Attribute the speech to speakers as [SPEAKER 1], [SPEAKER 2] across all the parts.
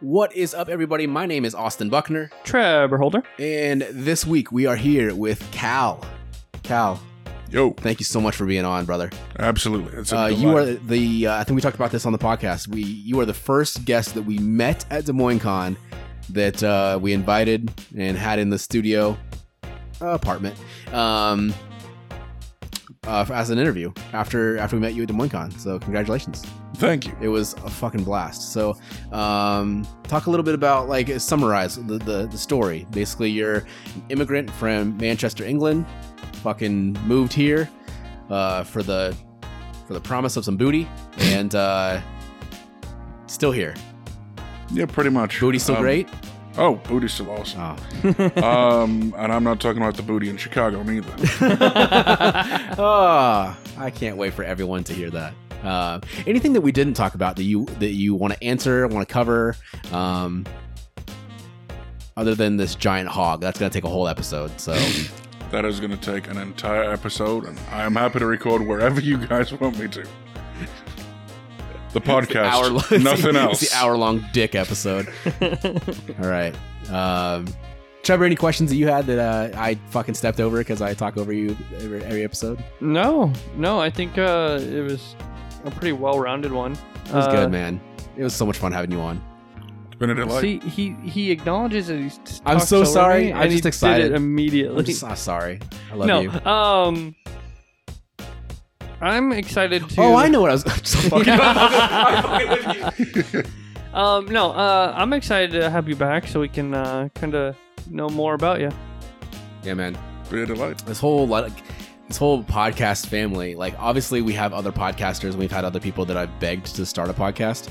[SPEAKER 1] What is up, everybody? My name is Austin Buckner,
[SPEAKER 2] Trevor Holder.
[SPEAKER 1] and this week we are here with Cal. Cal,
[SPEAKER 3] Yo,
[SPEAKER 1] thank you so much for being on, brother.
[SPEAKER 3] absolutely. It's a
[SPEAKER 1] Uh, you are
[SPEAKER 3] delight.
[SPEAKER 1] the. Uh, I think we talked about this on the podcast. We you are the first guest that we met at Des Moines Con that uh, we invited and had in the studio uh, apartment um, uh, as an interview after after we met you at Des Moines Con. So congratulations.
[SPEAKER 3] Thank you.
[SPEAKER 1] It was a fucking blast. So, um, talk a little bit about like summarize the, the the story. Basically, you're an immigrant from Manchester, England. Fucking moved here uh, for the for the promise of some booty, and uh, still here.
[SPEAKER 3] Yeah, pretty much.
[SPEAKER 1] Booty still
[SPEAKER 3] Um,
[SPEAKER 1] great.
[SPEAKER 3] Oh, booty's still awesome.
[SPEAKER 1] Oh.
[SPEAKER 3] um, and I'm not talking about the booty in Chicago neither.
[SPEAKER 1] Ah, I can't wait for everyone to hear that. Uh, anything that we didn't talk about that you that you want to answer, want to cover, um, other than this giant hog, that's gonna take a whole episode. So
[SPEAKER 3] that is going to take an entire episode, and I am happy to record wherever you guys want me to. The podcast, nothing else.
[SPEAKER 1] It's the hour long dick episode. All right, um, Trevor. Any questions that you had that uh, I fucking stepped over because I talk over you every, every episode?
[SPEAKER 2] No, no, I think uh, it was a pretty well-rounded one.
[SPEAKER 1] It
[SPEAKER 2] Uh,
[SPEAKER 1] was good, man. It was so much fun having you on.
[SPEAKER 3] It's been a delight.
[SPEAKER 2] See, he he acknowledges that he's. t-
[SPEAKER 1] I'm
[SPEAKER 2] talks
[SPEAKER 1] so
[SPEAKER 2] over
[SPEAKER 1] sorry.
[SPEAKER 2] me,
[SPEAKER 1] I'm
[SPEAKER 2] and he
[SPEAKER 1] just
[SPEAKER 2] did it
[SPEAKER 1] excited.
[SPEAKER 2] immediately.
[SPEAKER 1] I'm just I'm sorry. I love
[SPEAKER 2] no,
[SPEAKER 1] you.
[SPEAKER 2] um, I'm excited to.
[SPEAKER 1] Oh, I know what I was. fucking-
[SPEAKER 2] Um, no, uh, I'm excited to have you back so we can uh, kind of know more about you.
[SPEAKER 1] yeah, man.
[SPEAKER 3] been a delight.
[SPEAKER 1] this whole like this whole podcast family like obviously we have other podcasters and we've had other people that i've begged to start a podcast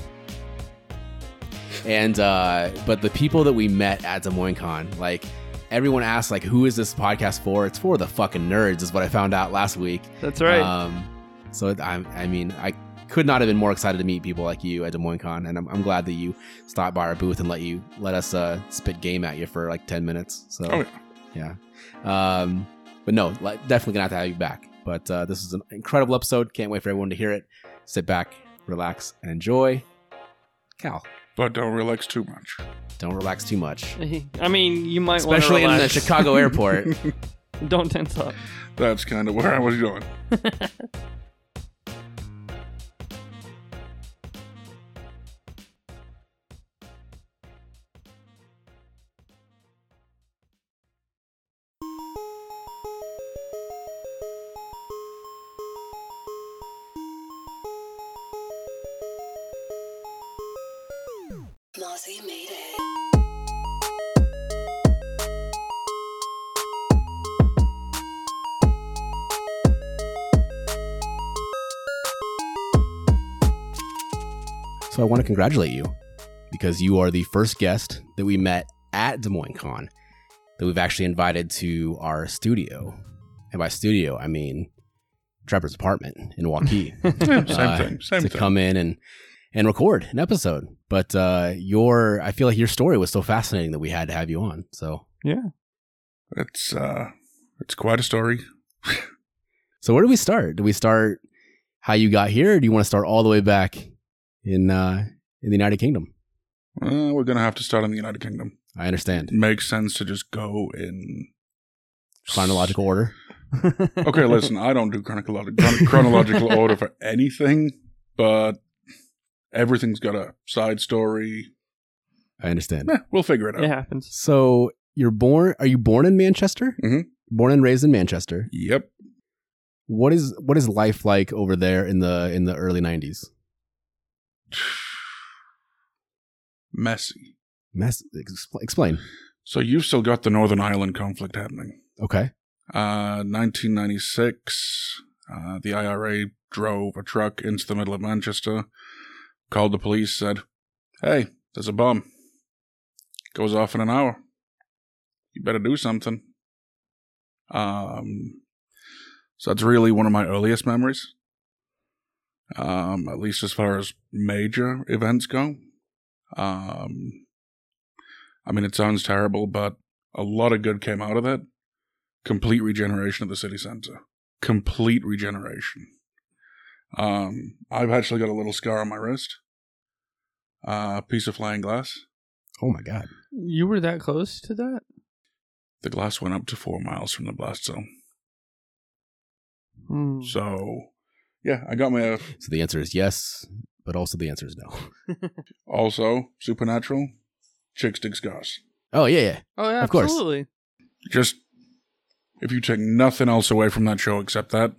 [SPEAKER 1] and uh but the people that we met at des moines con like everyone asked like who is this podcast for it's for the fucking nerds is what i found out last week
[SPEAKER 2] That's right.
[SPEAKER 1] um so it- i i mean i could not have been more excited to meet people like you at Des Moines Con, and I'm, I'm glad that you stopped by our booth and let you let us uh, spit game at you for like ten minutes. So
[SPEAKER 3] Oh, yeah.
[SPEAKER 1] yeah. Um, but no, li- definitely gonna have to have you back. But uh, this is an incredible episode. Can't wait for everyone to hear it. Sit back, relax, and enjoy. Cal,
[SPEAKER 3] But don't relax too much.
[SPEAKER 1] don't relax too much,
[SPEAKER 2] I mean, you might want
[SPEAKER 1] especially in the Chicago airport.
[SPEAKER 2] Don't tense up.
[SPEAKER 3] That's kind of where I was going.
[SPEAKER 4] Mozzie made it.
[SPEAKER 1] So I want to congratulate you because you are the first guest that we met at Des Moines Con that we've actually invited to our studio. And by studio, I mean Trevor's apartment in Waukee.
[SPEAKER 3] Yeah, same
[SPEAKER 1] uh,
[SPEAKER 3] thing. Same
[SPEAKER 1] to
[SPEAKER 3] thing.
[SPEAKER 1] come in and and record an episode. But uh, your I feel like your story was so fascinating that we had to have you on. So
[SPEAKER 3] It's uh, it's quite a story.
[SPEAKER 1] so where do we start? Do we start how you got here? Or do you want to start all the way back in uh, in the United Kingdom?
[SPEAKER 3] Uh, we're gonna have to start in the United Kingdom.
[SPEAKER 1] I understand
[SPEAKER 3] makes sense to just go in
[SPEAKER 1] chronological order.
[SPEAKER 3] Okay, listen, I don't do chronological chronological order for anything, but everything's got a side story.
[SPEAKER 1] I understand.
[SPEAKER 3] Eh, we'll figure it out.
[SPEAKER 2] It happens.
[SPEAKER 1] So you're born? Are you born in Manchester?
[SPEAKER 3] Mhm.
[SPEAKER 1] Born and raised in Manchester.
[SPEAKER 3] Yep.
[SPEAKER 1] What is what is life like over there in the in the early '90s?
[SPEAKER 3] Messy.
[SPEAKER 1] Mess, expl- explain.
[SPEAKER 3] So you've still got the Northern Ireland conflict happening.
[SPEAKER 1] Okay.
[SPEAKER 3] Uh, 1996, uh, the IRA drove a truck into the middle of Manchester, called the police, said, Hey, there's a bomb. Goes off in an hour. You better do something. Um, so that's really one of my earliest memories. Um, at least as far as major events go. Um, I mean, it sounds terrible, but a lot of good came out of it complete regeneration of the city center. Complete regeneration. Um, I've actually got a little scar on my wrist, a piece of flying glass
[SPEAKER 1] Oh my god.
[SPEAKER 2] You were that close to that?
[SPEAKER 3] The glass went up to four miles from the blast zone.
[SPEAKER 2] Hmm.
[SPEAKER 3] So, yeah, I got my. uh,
[SPEAKER 1] So the answer is yes, but also the answer is no.
[SPEAKER 3] Also, Supernatural, Chick Sticks Goss.
[SPEAKER 1] Oh yeah, yeah.
[SPEAKER 2] oh, yeah,
[SPEAKER 1] Of course.
[SPEAKER 2] absolutely.
[SPEAKER 3] Just, if you take nothing else away from that show except that,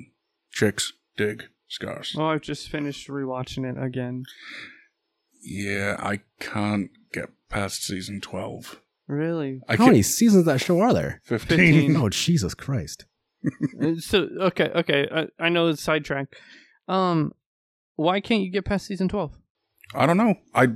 [SPEAKER 3] Chicks Dig Scars.
[SPEAKER 2] Oh, I've just finished rewatching it again.
[SPEAKER 3] Yeah, I can't get past season 12.
[SPEAKER 2] Really?
[SPEAKER 3] I
[SPEAKER 1] How
[SPEAKER 3] can
[SPEAKER 1] many seasons of that show are there?
[SPEAKER 3] 15.
[SPEAKER 2] 15.
[SPEAKER 1] Oh Jesus Christ.
[SPEAKER 2] Uh, so okay, okay. I, I know it's sidetrack. Um, why can't you get past season twelve?
[SPEAKER 3] I don't know. I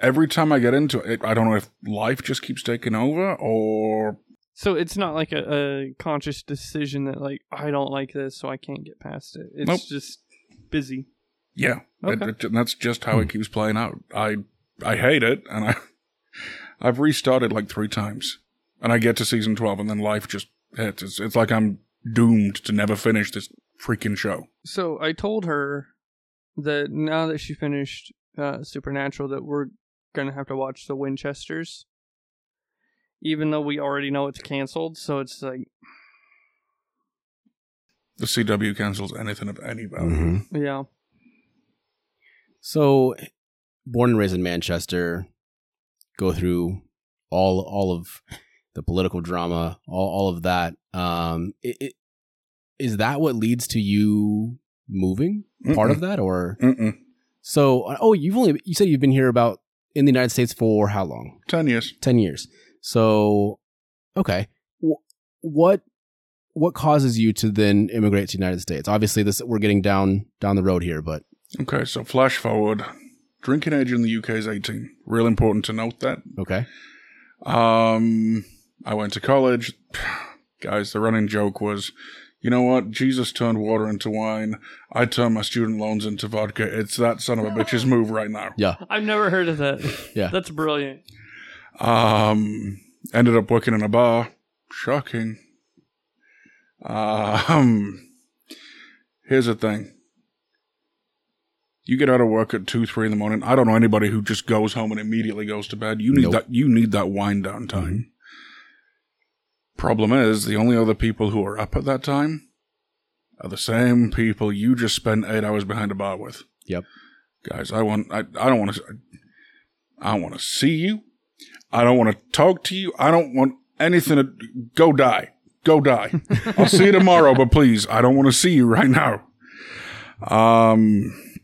[SPEAKER 3] every time I get into it, I don't know if life just keeps taking over or
[SPEAKER 2] So it's not like a, a conscious decision that like I don't like this, so I can't get past it. It's
[SPEAKER 3] Nope.
[SPEAKER 2] just busy.
[SPEAKER 3] yeah. It-
[SPEAKER 2] Okay.
[SPEAKER 3] it- that's just how
[SPEAKER 1] Hmm.
[SPEAKER 3] it keeps playing out. I I hate it, and I I've restarted like three times, and I get to season twelve, and then life just hits. It's, it's like I'm doomed to never finish this freaking show.
[SPEAKER 2] So I told her that now that she finished uh, Supernatural, that we're gonna have to watch the Winchesters, even though we already know it's canceled. So it's like,
[SPEAKER 3] The CW cancels anything of any value.
[SPEAKER 1] Mm-hmm.
[SPEAKER 2] yeah,
[SPEAKER 1] So, born and raised in Manchester, go through all all of the political drama, all all of that. Um, i i- is that what leads to you moving? Mm-hmm. Part of that, or
[SPEAKER 3] Mm-mm.
[SPEAKER 1] so? Oh, you've only you said you've been here about in the United States for how long?
[SPEAKER 3] ten years.
[SPEAKER 1] 10 years so okay Wh- what what causes you to then immigrate to the united states obviously this we're getting down down the road here but
[SPEAKER 3] Okay, so flash forward. Drinking age in the UK is 18. Real important to note that.
[SPEAKER 1] okay
[SPEAKER 3] Um, I went to college. Guys, the running joke was, you know what? Jesus turned water into wine. I turned my student loans into vodka. It's that son of a bitch's move right now.
[SPEAKER 2] I've never heard of that.
[SPEAKER 1] Yeah.
[SPEAKER 2] that's brilliant.
[SPEAKER 3] Um, ended up working in a bar. Shocking. Um, here's the thing. You get out of work at two, three in the morning. I don't know anybody who just goes home and immediately goes to bed. You need
[SPEAKER 1] Nope. Mm-hmm.
[SPEAKER 3] that. You need that wind down time. Problem is, the only other people who are up at that time are the same people you just spent eight hours behind a bar with.
[SPEAKER 1] Yep.
[SPEAKER 3] Guys, I want. I, I don't want to. I don't want to see you. I don't want to talk to you. I don't want anything to go die. Go die. I'll see you tomorrow, but please, I don't want to see you right now. Um,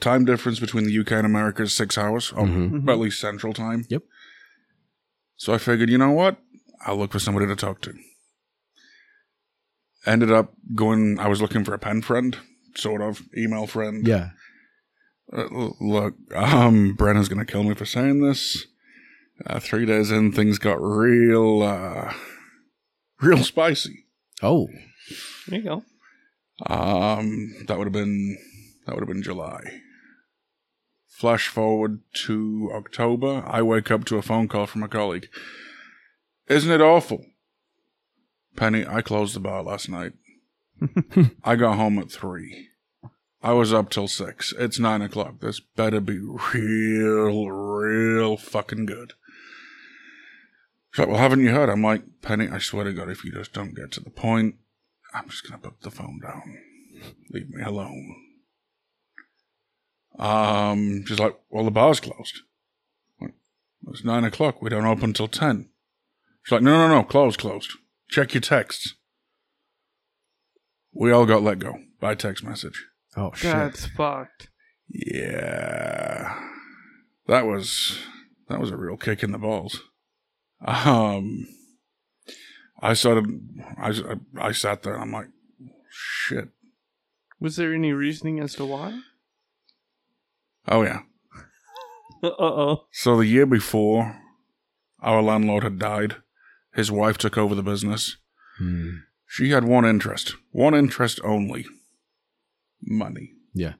[SPEAKER 3] time difference between the UK and America is six hours, or
[SPEAKER 1] Mhm.
[SPEAKER 2] Mhm.
[SPEAKER 3] at least Central Time.
[SPEAKER 1] Yep.
[SPEAKER 3] So I figured, you know what? I'll look for somebody to talk to. Ended up going. I was looking for a pen friend, sort of email friend.
[SPEAKER 1] yeah
[SPEAKER 3] Uh, l- look, um, Brennan's gonna kill me for saying this. Uh, three days in, things got real, uh, real spicy.
[SPEAKER 1] oh
[SPEAKER 2] There you go.
[SPEAKER 3] Um, that would have been that would have been July. Flash forward to October. I wake up to a phone call from a colleague. Isn't it awful? Penny, I closed the bar last night. I got home at three. I was up till six. It's nine o'clock. This better be real, real fucking good. She's like, well, haven't you heard? I'm like, Penny, I swear to God, if you just don't get to the point, I'm just gonna put the phone down. Leave me alone. Um, she's like, well, the bar's closed. I'm like, It's nine o'clock. We don't open till ten. She's like, no, no, no, closed, closed. Check your texts. We all got let go by text message.
[SPEAKER 1] oh shit
[SPEAKER 2] That's fucked.
[SPEAKER 3] Yeah, that was that was a real kick in the balls. Um, I started. I I sat there and I'm like, shit.
[SPEAKER 2] Was there any reasoning as to why?
[SPEAKER 3] Oh yeah.
[SPEAKER 2] Uh oh.
[SPEAKER 3] So the year before, our landlord had died. His wife took over the business.
[SPEAKER 1] Hmm.
[SPEAKER 3] She had one interest, one interest only: money.
[SPEAKER 1] Yeah.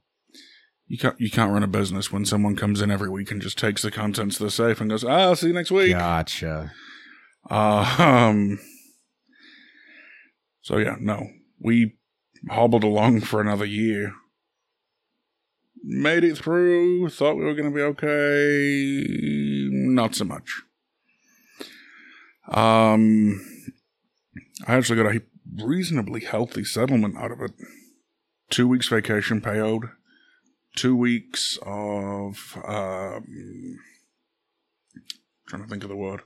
[SPEAKER 3] You can't you can't run a business when someone comes in every week and just takes the contents of the safe and goes, ah, "I'll see you next week."
[SPEAKER 1] gotcha
[SPEAKER 3] Um. So yeah, no, we hobbled along for another year. Made it through. Thought we were going to be okay. not so much. Um, I actually got a reasonably healthy settlement out of it. Two weeks vacation payout, two weeks of um, trying to think of the word.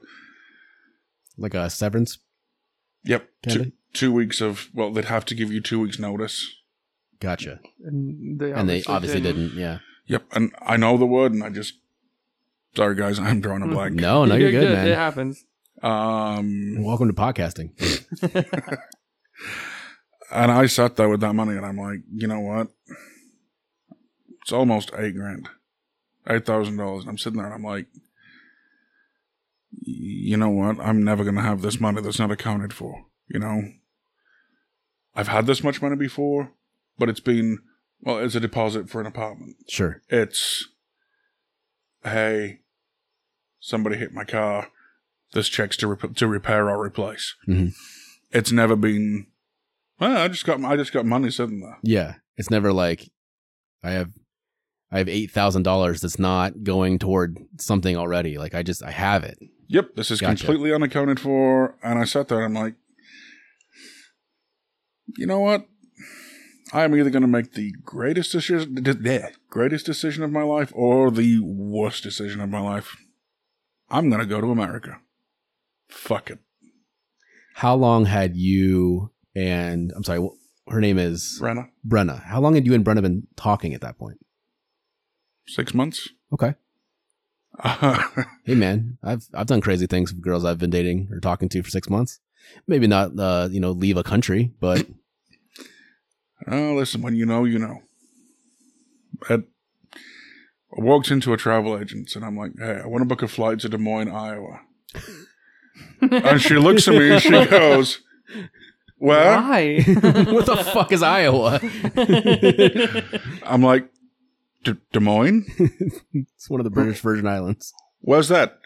[SPEAKER 1] Like a severance.
[SPEAKER 3] Yep, two,
[SPEAKER 1] Kinda?
[SPEAKER 3] two weeks of well, they'd have to give you two weeks notice.
[SPEAKER 1] Gotcha.
[SPEAKER 2] And they
[SPEAKER 1] and they obviously didn't. Yeah.
[SPEAKER 3] Yep, and I know the word, and I just sorry guys, I'm drawing a blank.
[SPEAKER 1] Oh, No, no, you're good,
[SPEAKER 2] It
[SPEAKER 1] man.
[SPEAKER 2] happens.
[SPEAKER 3] Um,
[SPEAKER 1] Welcome to podcasting.
[SPEAKER 3] and I sat there with that money, and I'm like, you know what? It's almost eight grand, eight thousand dollars. And I'm sitting there, and I'm like, you know what? I'm never gonna have this money that's not accounted for. You know, I've had this much money before, but it's been well, it's a deposit for an apartment.
[SPEAKER 1] Sure.
[SPEAKER 3] It's hey, somebody hit my car. This check's to rep- to repair or replace.
[SPEAKER 1] Mhm.
[SPEAKER 3] It's never been. Well, I just got I just got money sitting there.
[SPEAKER 1] Yeah. It's never like I have I have eight thousand dollars that's not going toward something already. Like I just I have it.
[SPEAKER 3] Yep, this is
[SPEAKER 1] Gotcha.
[SPEAKER 3] completely unaccounted for. And I sat there and I'm like, you know what? I am either going to make the greatest decision, the- the greatest decision of my life, or the worst decision of my life. I'm going to go to America. Fuck it.
[SPEAKER 1] How long had you and I'm sorry, wh- her name is
[SPEAKER 3] Brenna,
[SPEAKER 1] Brenna. How long had you and Brenna been talking at that point?
[SPEAKER 3] six months.
[SPEAKER 1] Okay. Hey man, I've I've done crazy things with girls I've been dating or talking to for six months. Maybe not uh, you know, leave a country, but
[SPEAKER 3] Oh, listen, when you know, you know. But I walked into a travel agent and I'm like, hey, I want to book a flight to Des Moines, Iowa. and she looks at me and she goes, Well,
[SPEAKER 2] Why?
[SPEAKER 1] what the fuck is Iowa?
[SPEAKER 3] I'm like, "D- Des Moines?
[SPEAKER 1] It's one of the British Virgin Islands.
[SPEAKER 3] Where's that?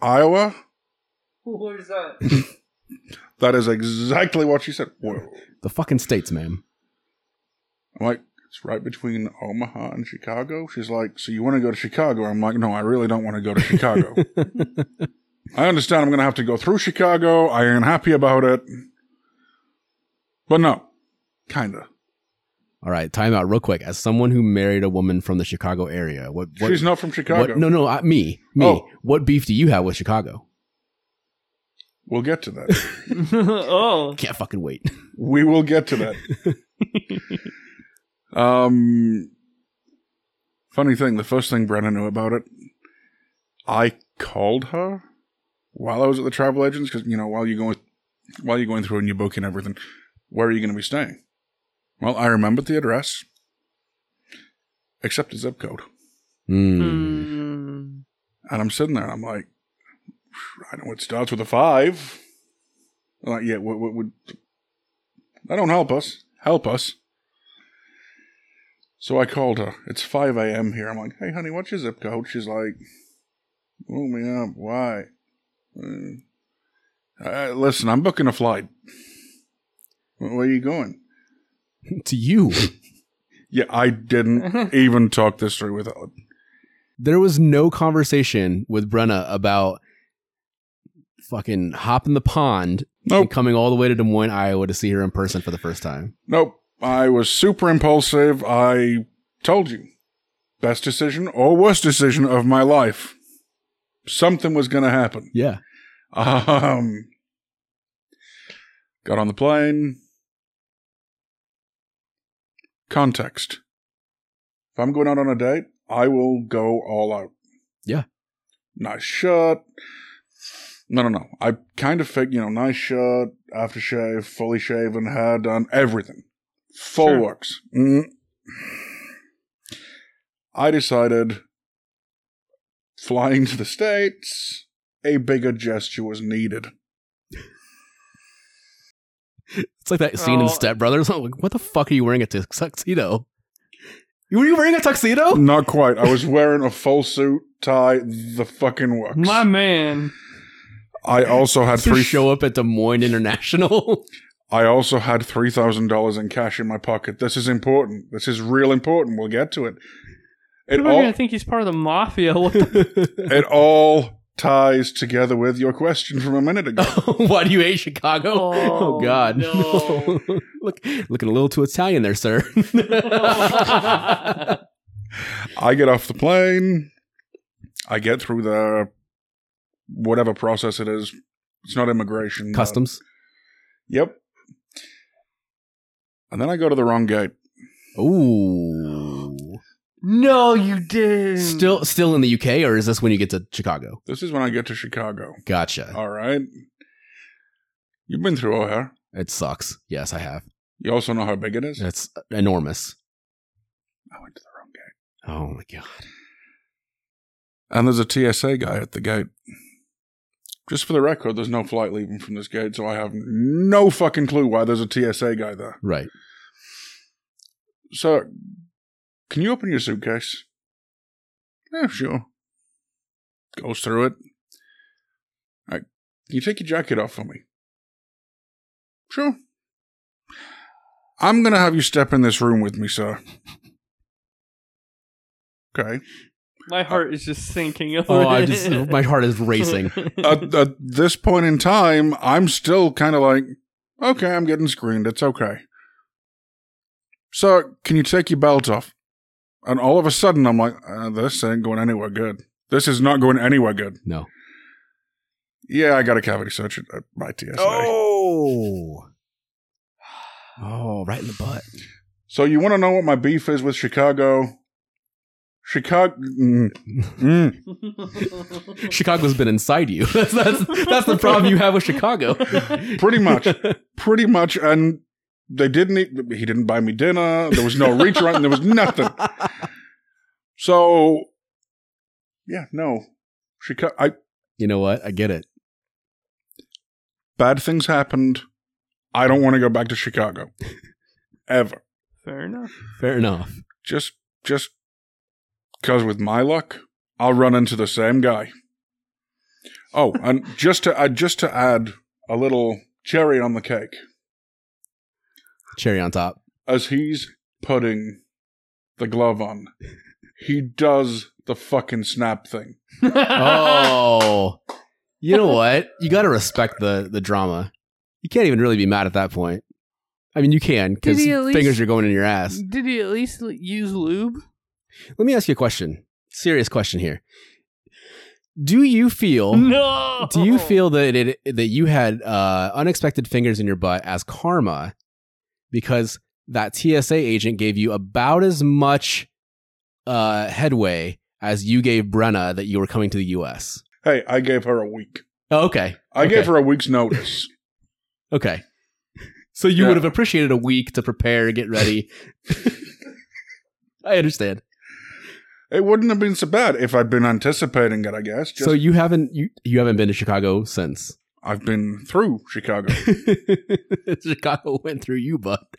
[SPEAKER 3] Iowa?
[SPEAKER 2] What is that?
[SPEAKER 3] That is exactly what she said. Whoa.
[SPEAKER 1] The fucking states, ma'am.
[SPEAKER 3] I'm like, it's right between Omaha and Chicago. She's like, so you want to go to Chicago? I'm like, no, I really don't want to go to Chicago. I understand I'm going to have to go through Chicago. I ain't happy about it. But no, kind of.
[SPEAKER 1] All right, time out real quick. As someone who married a woman from the Chicago area, what? what
[SPEAKER 3] She's not from Chicago.
[SPEAKER 1] What, no, no, I, me, me.
[SPEAKER 3] Oh.
[SPEAKER 1] What beef do you have with Chicago?
[SPEAKER 3] We'll get to that.
[SPEAKER 2] oh.
[SPEAKER 1] Can't fucking wait.
[SPEAKER 3] we will get to that. um, funny thing, the first thing Brenna knew about it, I called her while I was at the travel agents because you know while you're going while you're going through and you're booking everything, where are you going to be staying? Well, I remembered the address, except the zip code,
[SPEAKER 1] Mm.
[SPEAKER 2] Mm.
[SPEAKER 3] and I'm sitting there and I'm like, I know it starts with a five. I'm like, yeah, what would that don't help us? Help us. So I called her. It's 5 a.m. here. I'm like, hey, honey, what's your zip code? She's like, woke me up. Why? Uh, uh, listen, I'm booking a flight. Where where are you going?
[SPEAKER 1] To you,
[SPEAKER 3] Yeah, I
[SPEAKER 2] Hmm.
[SPEAKER 3] didn't even talk this through with her.
[SPEAKER 1] there was no conversation with Brenna about fucking hopping the pond and
[SPEAKER 3] Nope.
[SPEAKER 1] coming all the way to Des Moines, Iowa, to see her in person for the first time.
[SPEAKER 3] Nope. I was super impulsive. I told you. Best decision or worst decision of my life. Something was going to happen.
[SPEAKER 1] Yeah,
[SPEAKER 3] Um, got on the plane. Context. If I'm going out on a date, I will go all out.
[SPEAKER 1] Yeah.
[SPEAKER 3] Nice shirt. No, no, no. I kind of fig, you know, nice shirt, aftershave, fully shaven, hair done, everything. Full
[SPEAKER 2] Sure.
[SPEAKER 3] works. Mm. I decided flying to the States, a bigger gesture was needed.
[SPEAKER 1] it's like that scene in
[SPEAKER 2] Oh.
[SPEAKER 1] Step Brothers. I'm like, what the fuck are you wearing a tux- tuxedo? Were you wearing a tuxedo?
[SPEAKER 3] Not quite. I was wearing a full suit, tie, the fucking works.
[SPEAKER 2] My man.
[SPEAKER 3] I also had
[SPEAKER 1] to
[SPEAKER 3] three.
[SPEAKER 1] show up at Des Moines International.
[SPEAKER 3] I also had three thousand dollars in cash in my pocket. This is important. This is real important. We'll get to it. It
[SPEAKER 2] People are
[SPEAKER 3] all.
[SPEAKER 2] gonna think he's part of the mafia. What the
[SPEAKER 3] It all ties together with your question from a minute ago.
[SPEAKER 1] Oh, Why do you hate Chicago? Oh,
[SPEAKER 2] Oh,
[SPEAKER 1] God!
[SPEAKER 2] no.
[SPEAKER 1] Look, looking a little too Italian there, sir.
[SPEAKER 3] I get off the plane. I get through the whatever process it is. It's not immigration. but-
[SPEAKER 1] Customs.
[SPEAKER 3] Yep. And then I go to the wrong gate.
[SPEAKER 1] Ooh.
[SPEAKER 2] No, you didn't.
[SPEAKER 1] Still, still in the UK, or is this when you get to Chicago?
[SPEAKER 3] This is when I get to Chicago.
[SPEAKER 1] Gotcha.
[SPEAKER 3] All right. You've been through O'Hare.
[SPEAKER 1] It sucks. Yes, I have.
[SPEAKER 3] You also know how big it is.
[SPEAKER 1] It's enormous.
[SPEAKER 3] I went to the wrong gate.
[SPEAKER 1] Oh my god.
[SPEAKER 3] And there's a TSA guy at the gate. Just for the record, there's no flight leaving from this gate, so I have no fucking clue why there's a TSA guy there.
[SPEAKER 1] Right.
[SPEAKER 3] So, can you open your suitcase? Yeah, sure. Goes through it. All right, can you take your jacket off for me? Sure. I'm going to have you step in this room with me, sir. Okay.
[SPEAKER 2] My heart is just sinking. Over
[SPEAKER 1] Oh, I
[SPEAKER 2] this.
[SPEAKER 1] just my heart is racing. Uh,
[SPEAKER 3] at, at this point in time, I'm still kind of like, okay, I'm getting screened. It's okay. So, can you take your belt off? And all of a sudden, I'm like, uh, this ain't going anywhere good. This is not going anywhere good.
[SPEAKER 1] No.
[SPEAKER 3] Yeah, I got a cavity search at at my TSA.
[SPEAKER 1] Oh. Oh, right in the butt.
[SPEAKER 3] So, you want to know what my beef is with Chicago? Chicago. Mm, mm.
[SPEAKER 1] Chicago's been inside you. That's that's that's the problem you have with Chicago.
[SPEAKER 3] pretty much. Pretty much. And they didn't eat, he didn't buy me dinner. There was no reach around. There was nothing. So, yeah, no, Chicago. I,
[SPEAKER 1] You know what? I get it.
[SPEAKER 3] bad things happened. I don't want to go back to Chicago, ever.
[SPEAKER 2] Fair enough.
[SPEAKER 1] Fair enough.
[SPEAKER 3] Just, just because with my luck, I'll run into the same guy. Oh, and just to uh, just to add a little cherry on the cake,
[SPEAKER 1] Cherry on top.
[SPEAKER 3] as he's putting the glove on, he does the fucking snap thing.
[SPEAKER 1] Oh. You know what? You got to respect the the drama. You can't even really be mad at that point. I mean, you can because
[SPEAKER 2] Did he at least-
[SPEAKER 1] fingers are going in your ass.
[SPEAKER 2] Did he at least l- use lube?
[SPEAKER 1] Let me ask you a question. Serious question here. Do you feel
[SPEAKER 2] Mm-hmm. No.
[SPEAKER 1] do you feel that it that you had uh, unexpected fingers in your butt as karma because that TSA agent gave you about as much uh, headway as you gave Brenna that you were coming to the U.S.
[SPEAKER 3] Hey, I gave her a week.
[SPEAKER 1] Oh, okay,
[SPEAKER 3] I
[SPEAKER 1] Okay.
[SPEAKER 3] gave her a week's notice.
[SPEAKER 1] okay. So you
[SPEAKER 3] Yeah.
[SPEAKER 1] would have appreciated a week to prepare, get ready. I understand.
[SPEAKER 3] it wouldn't have been so bad if I'd been anticipating it, I guess. Just,
[SPEAKER 1] so you haven't you, you haven't been to Chicago since.
[SPEAKER 3] I've been through Chicago.
[SPEAKER 1] Chicago went through you, bud.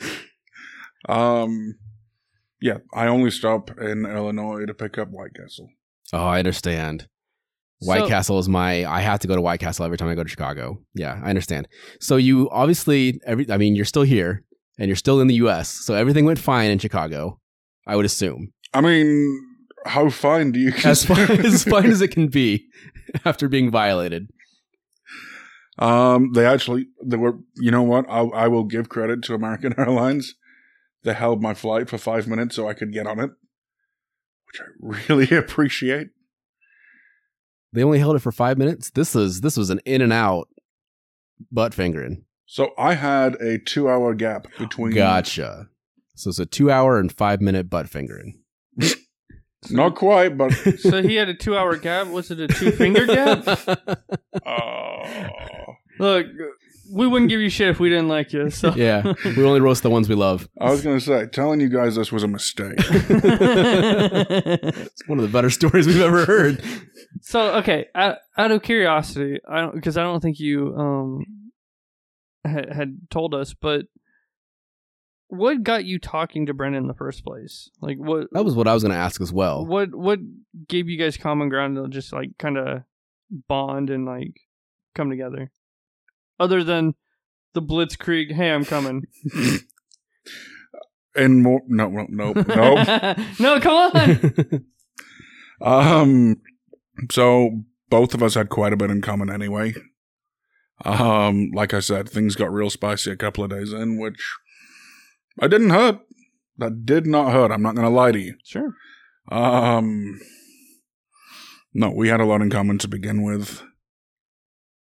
[SPEAKER 1] Oh,
[SPEAKER 3] um, yeah, I only stop in Illinois to pick up White Castle.
[SPEAKER 1] oh, I understand. White
[SPEAKER 2] So-
[SPEAKER 1] Castle is my. I have to go to White Castle every time I go to Chicago. Yeah, I understand. So you obviously every. I mean, you're still here and you're still in the U.S. So everything went fine in Chicago. I would assume
[SPEAKER 3] I mean, how fine do you
[SPEAKER 1] as fine
[SPEAKER 3] consider-
[SPEAKER 1] as fine as it can be after being violated.
[SPEAKER 3] Um, they actually, they were. You know what? I, I will give credit to American Airlines. They held my flight for five minutes so I could get on it, which I really appreciate.
[SPEAKER 1] They only held it for five minutes. This is this was an in and out butt fingering.
[SPEAKER 3] So I had a two-hour gap between.
[SPEAKER 1] Gotcha. So it's a two hour and five minute butt fingering.
[SPEAKER 3] Not quite, but
[SPEAKER 2] so he had a two-hour gap. Was it a two-finger gap?
[SPEAKER 3] uh,
[SPEAKER 2] Look, we wouldn't give you shit if we didn't like you. So
[SPEAKER 1] yeah, we only roast the ones we love.
[SPEAKER 3] I was gonna say, telling you guys this was a mistake.
[SPEAKER 1] it's one of the better stories we've ever heard.
[SPEAKER 2] So okay, out, out of curiosity, I don't because I don't think you um had, had told us, but what got you talking to Brennan in the first place? Like what
[SPEAKER 1] That was what I was going to ask as well.
[SPEAKER 2] what what gave you guys common ground to just like kind of bond and like come together? Other than the Blitzkrieg, hey, I'm coming.
[SPEAKER 3] and more, no, no, no, no.
[SPEAKER 2] no, come on.
[SPEAKER 3] um, So both of us had quite a bit in common anyway. Um, like I said, things got real spicy a couple of days in, which I didn't hurt. That did not hurt. I'm not going to lie to you.
[SPEAKER 2] Sure.
[SPEAKER 3] Um, no, we had a lot in common to begin with.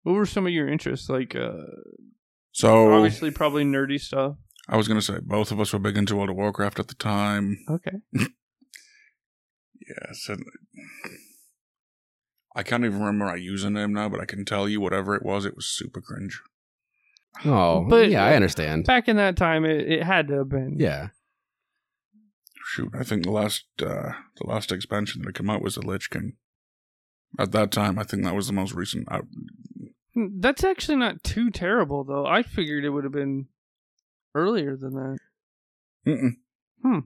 [SPEAKER 2] What were some of your interests? Like, uh,
[SPEAKER 3] So
[SPEAKER 2] obviously, probably nerdy stuff.
[SPEAKER 3] I was going to say both of us were big into World of Warcraft at the time.
[SPEAKER 2] Okay.
[SPEAKER 3] Yes. And I can't even remember our username now, but I can tell you whatever it was, it was super cringe.
[SPEAKER 1] Oh,
[SPEAKER 2] But-
[SPEAKER 1] yeah, I understand.
[SPEAKER 2] Back in that time, it, it had to have been.
[SPEAKER 1] Yeah.
[SPEAKER 3] Shoot, I think the last uh, the last expansion that had come out was the Lich King. At that time, I think that was the most recent. Out-
[SPEAKER 2] Hmm, That's actually not too terrible, though. I figured it would have been earlier than that.
[SPEAKER 3] Mm-mm.
[SPEAKER 2] Hmm.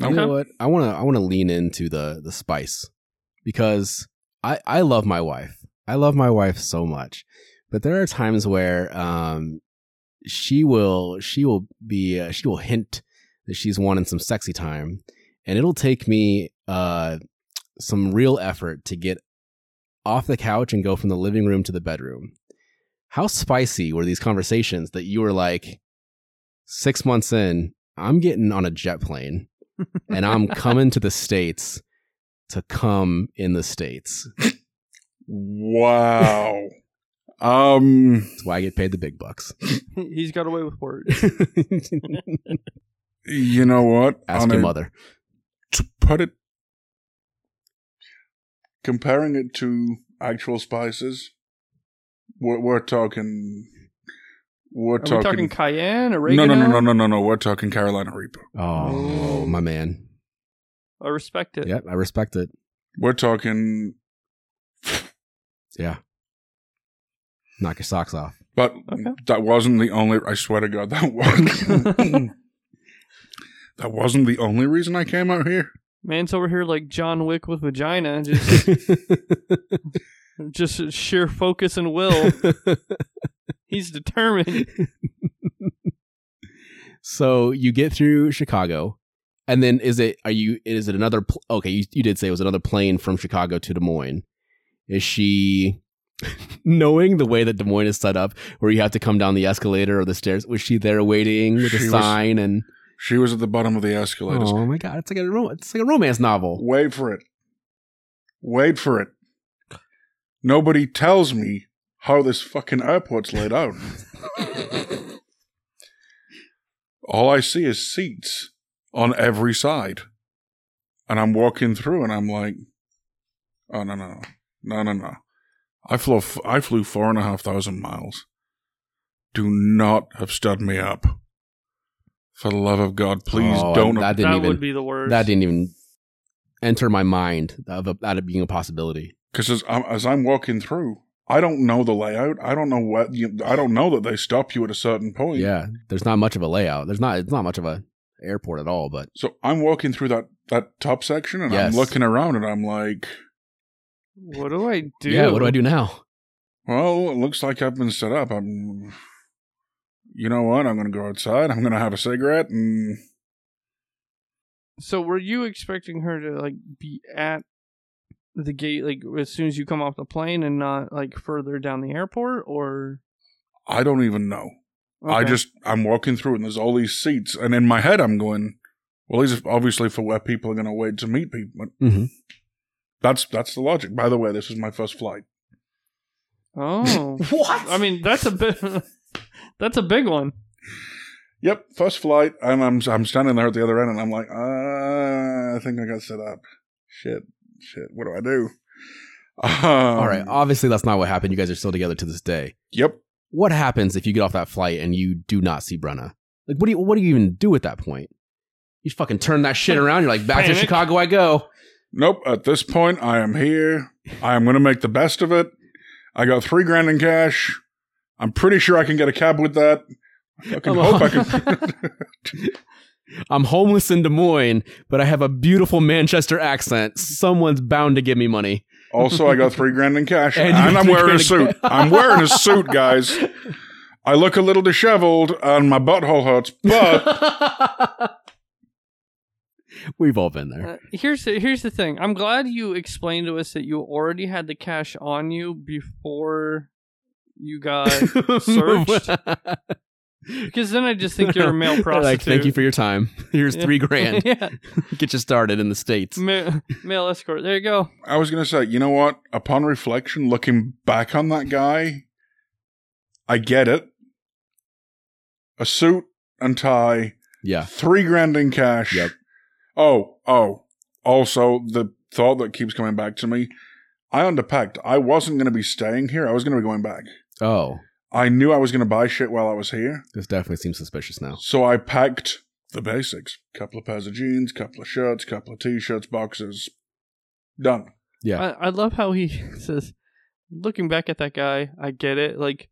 [SPEAKER 3] No.
[SPEAKER 1] You know
[SPEAKER 2] Okay.
[SPEAKER 1] what? I want to I want to lean into the the spice because I I love my wife. I love my wife so much. But there are times where um she will she will be uh, she will hint that she's wanting some sexy time and it'll take me uh some real effort to get off the couch and go from the living room to the bedroom. How spicy were these conversations that you were like 6 months in, I'm getting on a jet plane and I'm coming to the states to come in the states.
[SPEAKER 3] Wow. um.
[SPEAKER 1] That's why I get paid the big bucks.
[SPEAKER 2] He's got away with words.
[SPEAKER 3] You know what?
[SPEAKER 1] Ask
[SPEAKER 3] On
[SPEAKER 1] your
[SPEAKER 3] a-
[SPEAKER 1] mother.
[SPEAKER 3] to put it comparing it to actual spices we're, we're talking we're
[SPEAKER 2] Are we talking
[SPEAKER 3] talking,
[SPEAKER 2] cayenne,
[SPEAKER 3] no
[SPEAKER 2] oregano?
[SPEAKER 3] no no no no no no we're talking carolina reaper
[SPEAKER 1] Oh, my man.
[SPEAKER 2] I respect it.
[SPEAKER 1] Yep, I respect it.
[SPEAKER 3] we're talking
[SPEAKER 1] Knock your socks off.
[SPEAKER 3] but
[SPEAKER 2] Okay.
[SPEAKER 3] that wasn't the only i swear to god that was that wasn't the only reason i came out here
[SPEAKER 2] Man's over here like John Wick with vagina, just just sheer focus and will. He's determined.
[SPEAKER 1] so you get through Chicago, and then is it are you is it another pl- okay? You, you did say it was another plane from Chicago to Des Moines. Is she knowing the way that Des Moines is set up, where you have to come down the escalator or the stairs? Was she there waiting with
[SPEAKER 3] She
[SPEAKER 1] a
[SPEAKER 3] was-
[SPEAKER 1] sign and?
[SPEAKER 3] she was at the bottom of the escalators
[SPEAKER 1] Oh my god, it's like a ro- it's like a romance novel.
[SPEAKER 3] Wait for it. Wait for it. Nobody tells me how this fucking airport's laid out. All I see is seats on every side. And I'm walking through and I'm like, oh, no, no, no. No, no, no. I flew, f- I flew four and a half thousand miles. Do not have stood me up. For the love of God, please
[SPEAKER 1] Oh,
[SPEAKER 3] don't.
[SPEAKER 1] That didn't
[SPEAKER 2] that
[SPEAKER 1] even
[SPEAKER 2] would be the worst.
[SPEAKER 1] that didn't even enter my mind of a, that being a possibility.
[SPEAKER 3] because as I'm, as I'm walking through, I don't know the layout. I don't know what you, I don't know that they stop you at a certain point.
[SPEAKER 1] Yeah, there's not much of a layout. There's not it's not much of a airport at all. But
[SPEAKER 3] So I'm walking through that that top section, and
[SPEAKER 1] Yes.
[SPEAKER 3] I'm looking around, and I'm like,
[SPEAKER 2] What do I do?
[SPEAKER 1] yeah, what do I do now?
[SPEAKER 3] "Well, it looks like I've been set up. I'm, you know what? I'm going to go outside. I'm going to have a cigarette, and
[SPEAKER 2] So were you expecting her to like be at the gate like as soon as you come off the plane and not like further down the airport or
[SPEAKER 3] I don't even know. I
[SPEAKER 2] Okay.
[SPEAKER 3] just I'm walking through, and there's all these seats, and in my head, I'm going, "Well, these are obviously for where people are going to wait to meet people."
[SPEAKER 1] Mhm.
[SPEAKER 3] That's that's the logic. By the way, this was my first flight.
[SPEAKER 2] Oh.
[SPEAKER 3] What?
[SPEAKER 2] I mean that's a bit that's a big one.
[SPEAKER 3] Yep, first flight, and I'm I'm standing there at the other end, and I'm like, uh, I think I got set up. Shit, shit. What do I do? Um,
[SPEAKER 1] all right, obviously that's not what happened. You guys are still together to this day.
[SPEAKER 3] Yep.
[SPEAKER 1] What happens if you get off that flight and you do not see Brenna? Like, what do you what do you even do at that point? You fucking turn that shit around. You're like, back to
[SPEAKER 2] Panic.
[SPEAKER 1] Chicago I go.
[SPEAKER 3] Nope. At this point, I am here. I am going to make the best of it. I got three grand in cash. I'm pretty sure I can get a cab with that. I
[SPEAKER 1] I'm
[SPEAKER 3] fucking hope I
[SPEAKER 1] on-
[SPEAKER 3] can.
[SPEAKER 1] I'm homeless in Des Moines, but I have a beautiful Manchester accent. Someone's bound to give me money.
[SPEAKER 3] also, I got three grand in cash,
[SPEAKER 1] And
[SPEAKER 3] and,
[SPEAKER 1] you
[SPEAKER 3] I'm
[SPEAKER 1] three
[SPEAKER 3] wearing a
[SPEAKER 1] grand in
[SPEAKER 3] suit.
[SPEAKER 1] cash.
[SPEAKER 3] I'm wearing a suit, guys. I look a little disheveled, and my butthole hurts, but
[SPEAKER 1] We've all been there.
[SPEAKER 2] Uh, here's the, here's the thing. I'm glad you explained to us that you already had the cash on you before you got Uh, searched? because then I just think you're a male prostitute.
[SPEAKER 1] Like, thank you for your time. Here's
[SPEAKER 2] Yeah.
[SPEAKER 1] three grand.
[SPEAKER 2] yeah,
[SPEAKER 1] Get you started in the states.
[SPEAKER 2] Ma- male escort. There you go.
[SPEAKER 3] I was gonna say, you know what? Upon reflection, looking back on that guy, I get it. A suit and tie,
[SPEAKER 1] Yeah.
[SPEAKER 3] three grand in cash.
[SPEAKER 1] Yep.
[SPEAKER 3] Oh, oh. Also, the thought that keeps coming back to me: I underpacked. I wasn't gonna be staying here. I was gonna be going back.
[SPEAKER 1] Oh,
[SPEAKER 3] I knew I was gonna buy shit while I was here.
[SPEAKER 1] this definitely seems suspicious now.
[SPEAKER 3] So I packed the basics: couple of pairs of jeans, couple of shirts, couple of t-shirts, boxes. Done.
[SPEAKER 1] Yeah.
[SPEAKER 2] I, I love how he says, looking back at that guy, I get it. Like,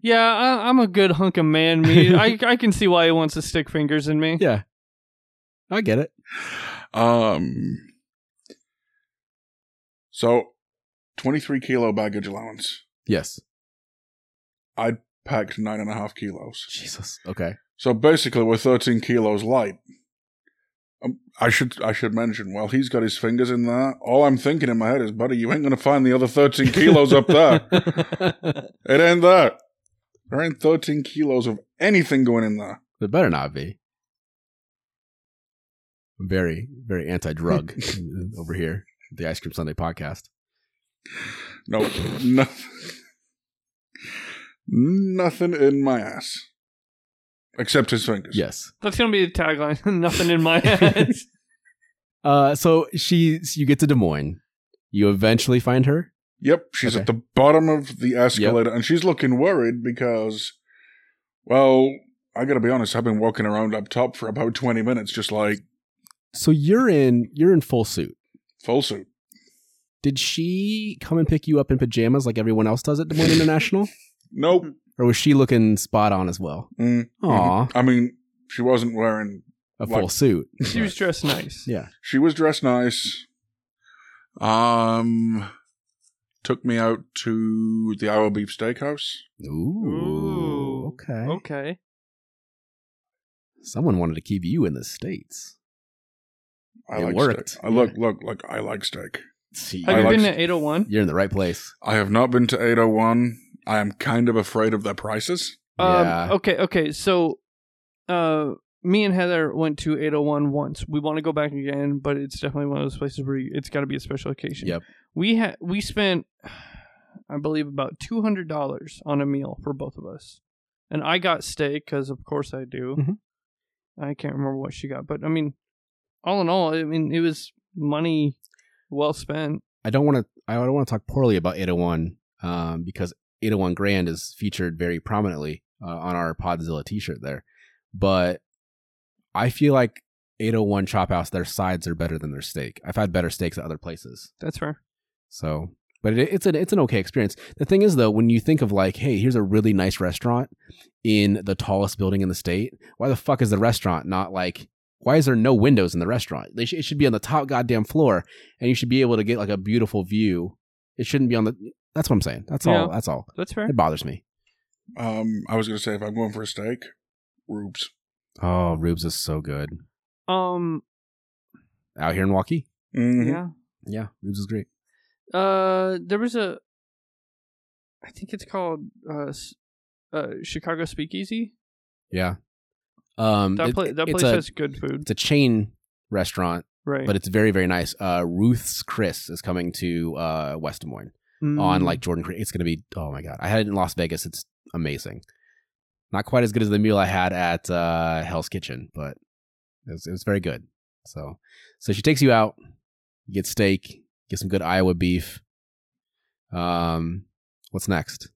[SPEAKER 2] yeah, I, I'm a good hunk of man meat. I I can see why he wants to stick fingers in me.
[SPEAKER 1] Yeah. I get it.
[SPEAKER 3] Um. So, twenty-three kilo baggage allowance.
[SPEAKER 1] Yes.
[SPEAKER 3] Packed nine and a half kilos.
[SPEAKER 1] Jesus. Okay.
[SPEAKER 3] So basically, we're thirteen kilos light. Um, I should I should mention while he's got his fingers in there, all I'm thinking in my head is, buddy, you ain't gonna find the other thirteen kilos up there.
[SPEAKER 1] it
[SPEAKER 3] It ain't there. There ain't thirteen kilos of anything going in there.
[SPEAKER 1] better not be. I'm very, very anti drug over here. The Ice Cream Sunday podcast.
[SPEAKER 3] No, nothing. Nothing in my ass, except his fingers.
[SPEAKER 1] Yes.
[SPEAKER 2] That's gonna be the tagline. Nothing in my head.
[SPEAKER 1] Uh, so she, you get to Des Moines. You eventually find her.
[SPEAKER 3] Yep, she's
[SPEAKER 1] Okay.
[SPEAKER 3] at the bottom of the escalator, and she's looking worried because, well, I got to be honest, I've been walking around up top for about twenty minutes, just like
[SPEAKER 1] So you're in, you're in full suit.
[SPEAKER 3] full suit.
[SPEAKER 1] Did she come and pick you up in pajamas like everyone else does at Des Moines International,
[SPEAKER 3] Nope.
[SPEAKER 1] or was she looking spot on as well?
[SPEAKER 3] Mm.
[SPEAKER 2] Mm-hmm.
[SPEAKER 1] Aw,
[SPEAKER 3] I mean, she wasn't wearing.
[SPEAKER 1] a full suit.
[SPEAKER 2] she was dressed nice.
[SPEAKER 1] Yeah.
[SPEAKER 3] She was dressed nice. Um, took me out to the Our Beef Steakhouse.
[SPEAKER 1] Ooh, okay.
[SPEAKER 2] Okay.
[SPEAKER 1] Someone wanted to keep you in the states.
[SPEAKER 3] I
[SPEAKER 1] It
[SPEAKER 3] like
[SPEAKER 1] worked.
[SPEAKER 3] Steak. I look, look, look. I like steak.
[SPEAKER 1] See,
[SPEAKER 2] Have
[SPEAKER 3] I
[SPEAKER 2] you
[SPEAKER 3] like-
[SPEAKER 2] been to 801?
[SPEAKER 1] you're in the right place.
[SPEAKER 3] I have not been to 801. I am kind of afraid of their prices.
[SPEAKER 2] Um,
[SPEAKER 1] Yeah.
[SPEAKER 2] Okay. Okay. So, uh, me and Heather went to 801 once. We want to go back again, but it's definitely one of those places where you, it's got to be a special occasion.
[SPEAKER 1] Yep.
[SPEAKER 2] We had we spent, I believe, about two hundred dollars on a meal for both of us, and I got steak because of course I do.
[SPEAKER 1] Mhm.
[SPEAKER 2] I can't remember what she got, but I mean, all in all, I mean, it was money well spent.
[SPEAKER 1] I don't want to. I don't want to talk poorly about 801 um, because 801 Grand is featured very prominently uh, on our Podzilla T-shirt there. But I feel like 801 Chop House, their sides are better than their steak. I've had better steaks at other places.
[SPEAKER 2] That's fair.
[SPEAKER 1] So, but it, it's an it's an okay experience. The thing is, though, when you think of like, hey, here's a really nice restaurant in the tallest building in the state. Why the fuck is the restaurant not like? Why is there no windows in the restaurant? They sh- it should be on the top goddamn floor, and you should be able to get like a beautiful view. It shouldn't be on the. That's what I'm saying. That's all.
[SPEAKER 2] Yeah.
[SPEAKER 1] That's all.
[SPEAKER 2] That's fair.
[SPEAKER 1] It bothers me.
[SPEAKER 3] Um, I was gonna say if I'm going for a steak, rubes.
[SPEAKER 1] Oh, Rubes is so good
[SPEAKER 2] Um.
[SPEAKER 1] out here in Waukee.
[SPEAKER 3] Mm-hmm.
[SPEAKER 2] Yeah.
[SPEAKER 1] Yeah, Rubes is great.
[SPEAKER 2] Uh, there was a I think it's called uh, s- uh Chicago Speakeasy.
[SPEAKER 1] Yeah. Um,
[SPEAKER 2] That
[SPEAKER 1] it-
[SPEAKER 2] place that
[SPEAKER 1] it's
[SPEAKER 2] place
[SPEAKER 1] a,
[SPEAKER 2] has good food.
[SPEAKER 1] it's a chain restaurant
[SPEAKER 2] Right.
[SPEAKER 1] but it's very very nice. Uh, Ruth's Chris is coming to uh, West Des Moines
[SPEAKER 2] Mm.
[SPEAKER 1] on like Jordan Creek. It's gonna be oh my god! I had it in Las Vegas. It's amazing. Not quite as good as the meal I had at uh, Hell's Kitchen, but it was, it was very good. So so she takes you out, you get steak, get some good Iowa beef. Um, what's next?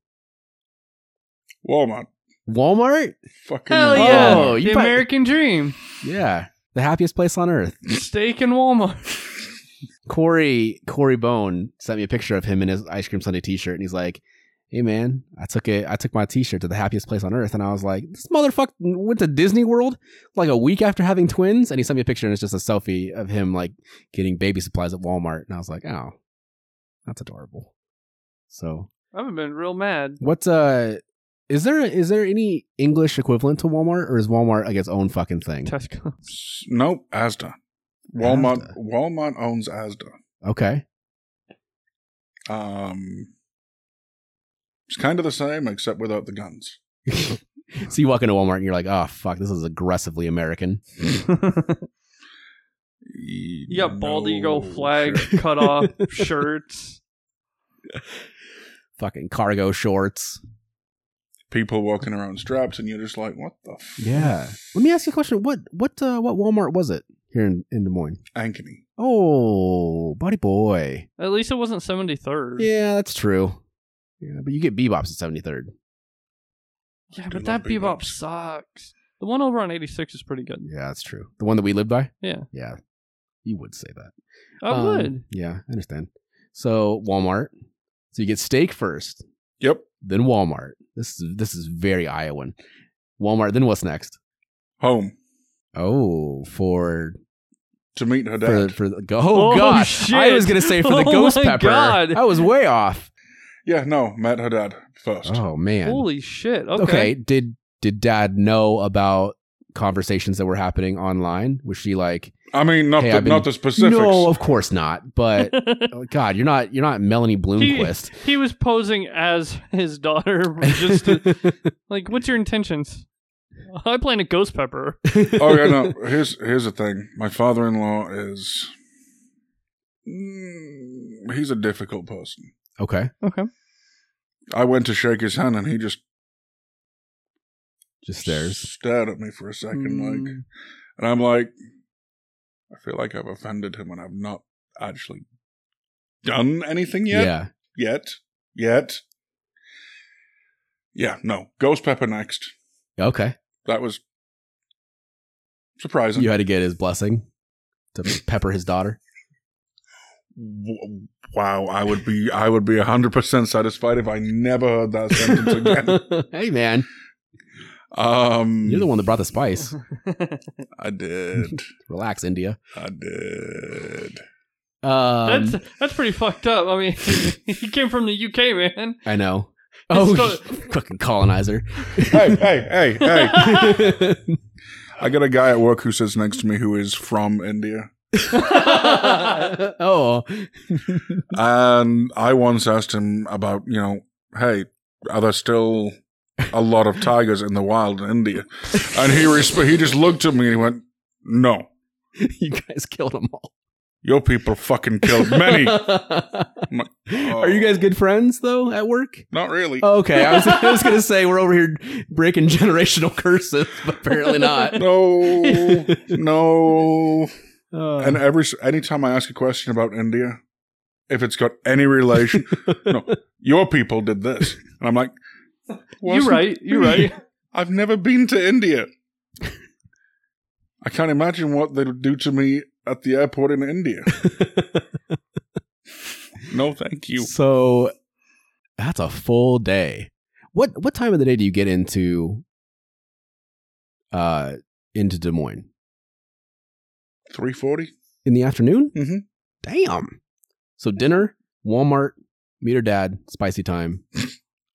[SPEAKER 3] Walmart.
[SPEAKER 1] Walmart?
[SPEAKER 3] Fucking
[SPEAKER 2] Hell
[SPEAKER 3] Walmart.
[SPEAKER 2] yeah.
[SPEAKER 1] Oh, you
[SPEAKER 2] the
[SPEAKER 1] probably-
[SPEAKER 2] American dream.
[SPEAKER 1] Yeah, the happiest place on earth.
[SPEAKER 2] Steak and Walmart.
[SPEAKER 1] Corey Corey Bone sent me a picture of him in his ice cream Sunday T-shirt, and he's like, "Hey man, I took it. I took my T-shirt to the happiest place on earth, and I was like, this motherfucker went to Disney World like a week after having twins." And he sent me a picture, and it's just a selfie of him like getting baby supplies at Walmart, and I was like, "Oh, that's adorable." So
[SPEAKER 2] I've been real mad.
[SPEAKER 1] what's uh? Is there is there any English equivalent to Walmart, or is Walmart like its own fucking thing?
[SPEAKER 2] Tesco.
[SPEAKER 3] S- Nope. Asda. Walmart
[SPEAKER 1] Asda.
[SPEAKER 3] Walmart owns Asda.
[SPEAKER 1] Okay.
[SPEAKER 3] Um, it's kind of the same except without the guns.
[SPEAKER 1] So you walk into Walmart and you're like, oh fuck, this is aggressively American.
[SPEAKER 2] You got bald
[SPEAKER 3] No
[SPEAKER 2] eagle flag
[SPEAKER 3] shit.
[SPEAKER 2] cut off shirts.
[SPEAKER 1] Fucking cargo shorts.
[SPEAKER 3] People walking around strapped, and you're just like, what the? F-
[SPEAKER 1] Yeah. Let me ask you a question. What what uh, what Walmart was it here in, in Des Moines?
[SPEAKER 3] Ankeny.
[SPEAKER 1] Oh, buddy boy.
[SPEAKER 2] At least it wasn't seventy third.
[SPEAKER 1] Yeah, that's true. Yeah, but you get bebops at seventy third.
[SPEAKER 2] Yeah,
[SPEAKER 3] I
[SPEAKER 2] but
[SPEAKER 3] do
[SPEAKER 2] that
[SPEAKER 3] love big
[SPEAKER 2] bebop
[SPEAKER 3] ups.
[SPEAKER 2] sucks. The one over on 86 is pretty good.
[SPEAKER 1] Yeah, that's true. The one that we live by.
[SPEAKER 2] Yeah.
[SPEAKER 1] Yeah. You would say that.
[SPEAKER 2] I
[SPEAKER 1] Um,
[SPEAKER 2] would.
[SPEAKER 1] Yeah, I understand. So Walmart. So you get steak first,
[SPEAKER 3] Yep.
[SPEAKER 1] then Walmart. This is this is very Iowan. Walmart. Then what's next?
[SPEAKER 3] Home
[SPEAKER 1] Oh, for
[SPEAKER 3] to meet
[SPEAKER 1] for
[SPEAKER 3] her dad.
[SPEAKER 1] for the, go- oh,
[SPEAKER 2] Oh,
[SPEAKER 1] gosh, I
[SPEAKER 2] shit.
[SPEAKER 1] was gonna say for the
[SPEAKER 2] Oh,
[SPEAKER 1] ghost
[SPEAKER 2] my
[SPEAKER 1] pepper.
[SPEAKER 2] God.
[SPEAKER 1] I was way off.
[SPEAKER 3] yeah, no, met her dad first.
[SPEAKER 1] Oh man.
[SPEAKER 2] Holy shit. Okay.
[SPEAKER 1] okay. Did did dad know about conversations that were happening online? Was she like,
[SPEAKER 3] I mean, not
[SPEAKER 1] Hey,
[SPEAKER 3] the,
[SPEAKER 1] I've been-
[SPEAKER 3] not the specifics.
[SPEAKER 1] no, of course not. But oh, God, you're not you're not Melanie Bloomquist.
[SPEAKER 2] he was posing as his daughter. Just to- like, what's your intentions? I plant a ghost pepper.
[SPEAKER 3] oh yeah, no. Here's here's the thing. My father-in-law is Mm, he's a difficult person.
[SPEAKER 1] okay.
[SPEAKER 2] Okay.
[SPEAKER 3] I went to shake his hand and he just
[SPEAKER 1] Just stairs.
[SPEAKER 3] stared at me for a second, like, and I'm like, I feel like I've offended him and I've not actually done anything yet,
[SPEAKER 1] Yeah.
[SPEAKER 3] yet, yet. Yeah, no. Ghost pepper next.
[SPEAKER 1] Okay.
[SPEAKER 3] That was surprising.
[SPEAKER 1] You had to get his blessing to pepper his daughter.
[SPEAKER 3] W- Wow, I would be I would be hundred percent satisfied if I never heard that sentence again.
[SPEAKER 1] hey man,
[SPEAKER 3] Um,
[SPEAKER 1] you're the one that brought the spice.
[SPEAKER 3] I did.
[SPEAKER 1] Relax, India.
[SPEAKER 3] I did.
[SPEAKER 1] Um,
[SPEAKER 2] that's that's pretty fucked up. I mean, he came from the UK, man.
[SPEAKER 1] I know. Oh,
[SPEAKER 2] It's
[SPEAKER 1] fucking colonizer.
[SPEAKER 3] Hey, hey, hey, hey! I got a guy at work who sits next to me who is from India,
[SPEAKER 1] oh,
[SPEAKER 3] and I once asked him about you know, hey, are there still a lot of tigers in the wild in India? And he resp- he just looked at me and he went, "No,
[SPEAKER 1] you guys killed them all.
[SPEAKER 3] your people fucking killed many."
[SPEAKER 1] Are you guys good friends though at work? Oh,
[SPEAKER 3] Not really.
[SPEAKER 1] Okay, I was, I was gonna say we're over here breaking generational curses, but apparently not.
[SPEAKER 3] No, no.
[SPEAKER 1] Uh,
[SPEAKER 3] And every anytime I ask a question about India, if it's got any relation, no, your people did this, and I'm like,
[SPEAKER 2] You're
[SPEAKER 3] "Wasn't-
[SPEAKER 2] right. You're right.
[SPEAKER 3] I've never been to India. I can't imagine what they would do to me at the airport in India. no, thank you.
[SPEAKER 1] So that's a full day. What what time of the day do you get into uh into Des Moines?
[SPEAKER 3] Three forty.
[SPEAKER 1] In the afternoon?
[SPEAKER 3] Mhm.
[SPEAKER 1] Damn. So dinner, Walmart, meet her dad, spicy time,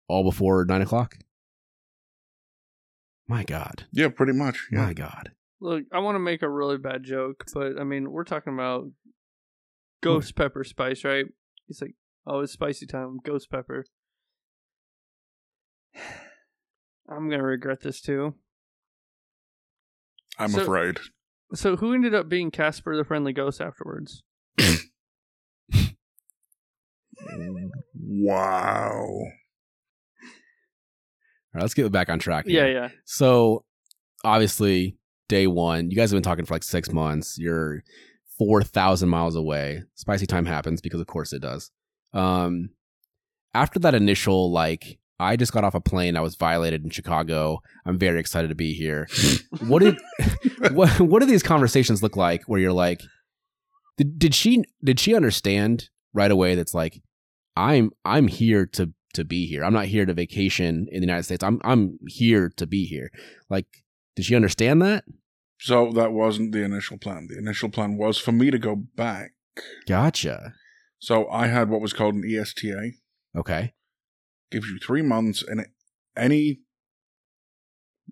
[SPEAKER 1] all before nine o'clock. My God.
[SPEAKER 3] Yeah, pretty much. Yeah.
[SPEAKER 1] My God.
[SPEAKER 2] Look, I want to make a really bad joke, but I mean, we're talking about ghost pepper spice, right? He's like, "Oh, it's spicy time, ghost pepper." I'm gonna regret this too.
[SPEAKER 3] I'm
[SPEAKER 2] So-
[SPEAKER 3] afraid.
[SPEAKER 2] So, who ended up being Casper the Friendly Ghost afterwards?
[SPEAKER 3] Wow.
[SPEAKER 1] All right, let's get back on track.
[SPEAKER 2] Yeah,
[SPEAKER 1] here.
[SPEAKER 2] yeah.
[SPEAKER 1] So obviously, day one, you guys have been talking for like six months. You're four thousand miles away. Spicy time happens because, of course, it does. Um, after that initial like, I just got off a plane. I was violated in Chicago. I'm very excited to be here. what did what what do these conversations look like? Where you're like, did, did she did she understand right away? That's like, I'm I'm here to to be here. I'm not here to vacation in the United States. I'm I'm here to be here. Like, did she understand that?
[SPEAKER 3] So that wasn't the initial plan. The initial plan was for me to go back.
[SPEAKER 1] Gotcha.
[SPEAKER 3] So I had what was called an E ESTA,
[SPEAKER 1] Okay.
[SPEAKER 3] gives you three months, and any,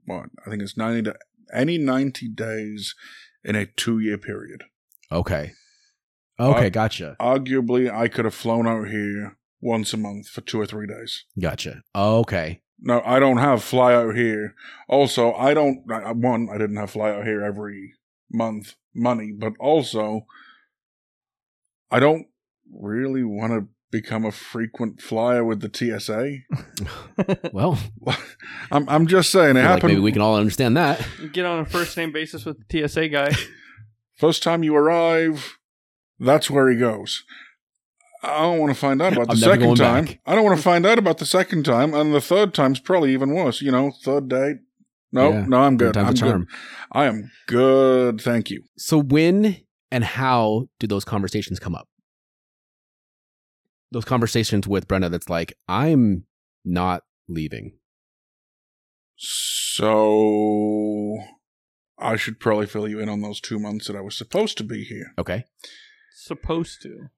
[SPEAKER 3] what I think it's ninety, to, any ninety days in a two-year period.
[SPEAKER 1] Okay. Okay,
[SPEAKER 3] Uh,
[SPEAKER 1] gotcha.
[SPEAKER 3] Arguably, I could have flown out here once a month for two or three days.
[SPEAKER 1] Gotcha. Okay.
[SPEAKER 3] No, I don't have fly out here. Also, I don't. I- I- One, I didn't have fly out here every month money, but also, I don't really want to become a frequent flyer with the TSA.
[SPEAKER 1] Well,
[SPEAKER 3] I'm I'm just saying it
[SPEAKER 1] feel like
[SPEAKER 3] happened.
[SPEAKER 1] maybe we can all understand that.
[SPEAKER 2] Get on a first name basis with the TSA guy.
[SPEAKER 3] First time you arrive, that's where he goes. I don't want to find out about the
[SPEAKER 1] I'm never
[SPEAKER 3] second
[SPEAKER 1] going
[SPEAKER 3] time.
[SPEAKER 1] back.
[SPEAKER 3] I don't want to find out about the second time, and the third time's probably even worse. You know, third date. No,
[SPEAKER 1] Yeah.
[SPEAKER 3] no, I'm good.
[SPEAKER 1] Third time's a
[SPEAKER 3] I'm
[SPEAKER 1] charm.
[SPEAKER 3] good. I am good. Thank you.
[SPEAKER 1] So when and how did those conversations come up? Those conversations with Brenda that's like, I'm not leaving.
[SPEAKER 3] So, I should probably fill you in on those two months that I was supposed to be here.
[SPEAKER 1] Okay.
[SPEAKER 2] Supposed to.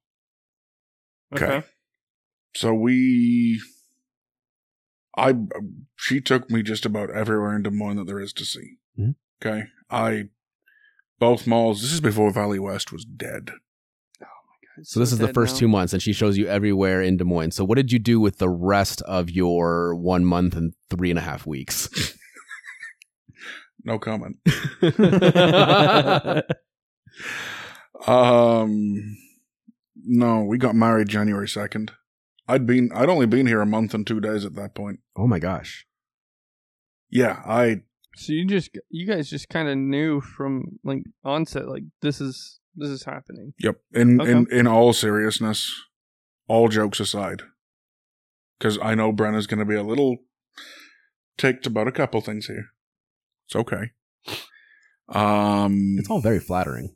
[SPEAKER 3] Okay. So we, I, she took me just about everywhere in Des Moines that there is to see.
[SPEAKER 1] Mhm.
[SPEAKER 3] Okay, I, both malls. This is before Valley West was dead.
[SPEAKER 1] So this is the first two months, and she shows you everywhere in Des Moines. So what did you do with the rest of your one month and three and a half weeks?
[SPEAKER 3] No comment.
[SPEAKER 2] two.
[SPEAKER 3] Um, no, we got married January second. I'd been, I'd only been here a month and two days at that point.
[SPEAKER 1] oh my gosh.
[SPEAKER 3] Yeah, I,
[SPEAKER 2] so you just you guys just kind of knew from like onset like this is this is happening.
[SPEAKER 3] yep. In
[SPEAKER 2] Okay.
[SPEAKER 3] in in all seriousness, all jokes aside, because I know Brenna's going to be a little ticked about a couple things here. It's okay. Um,
[SPEAKER 1] It's all very flattering.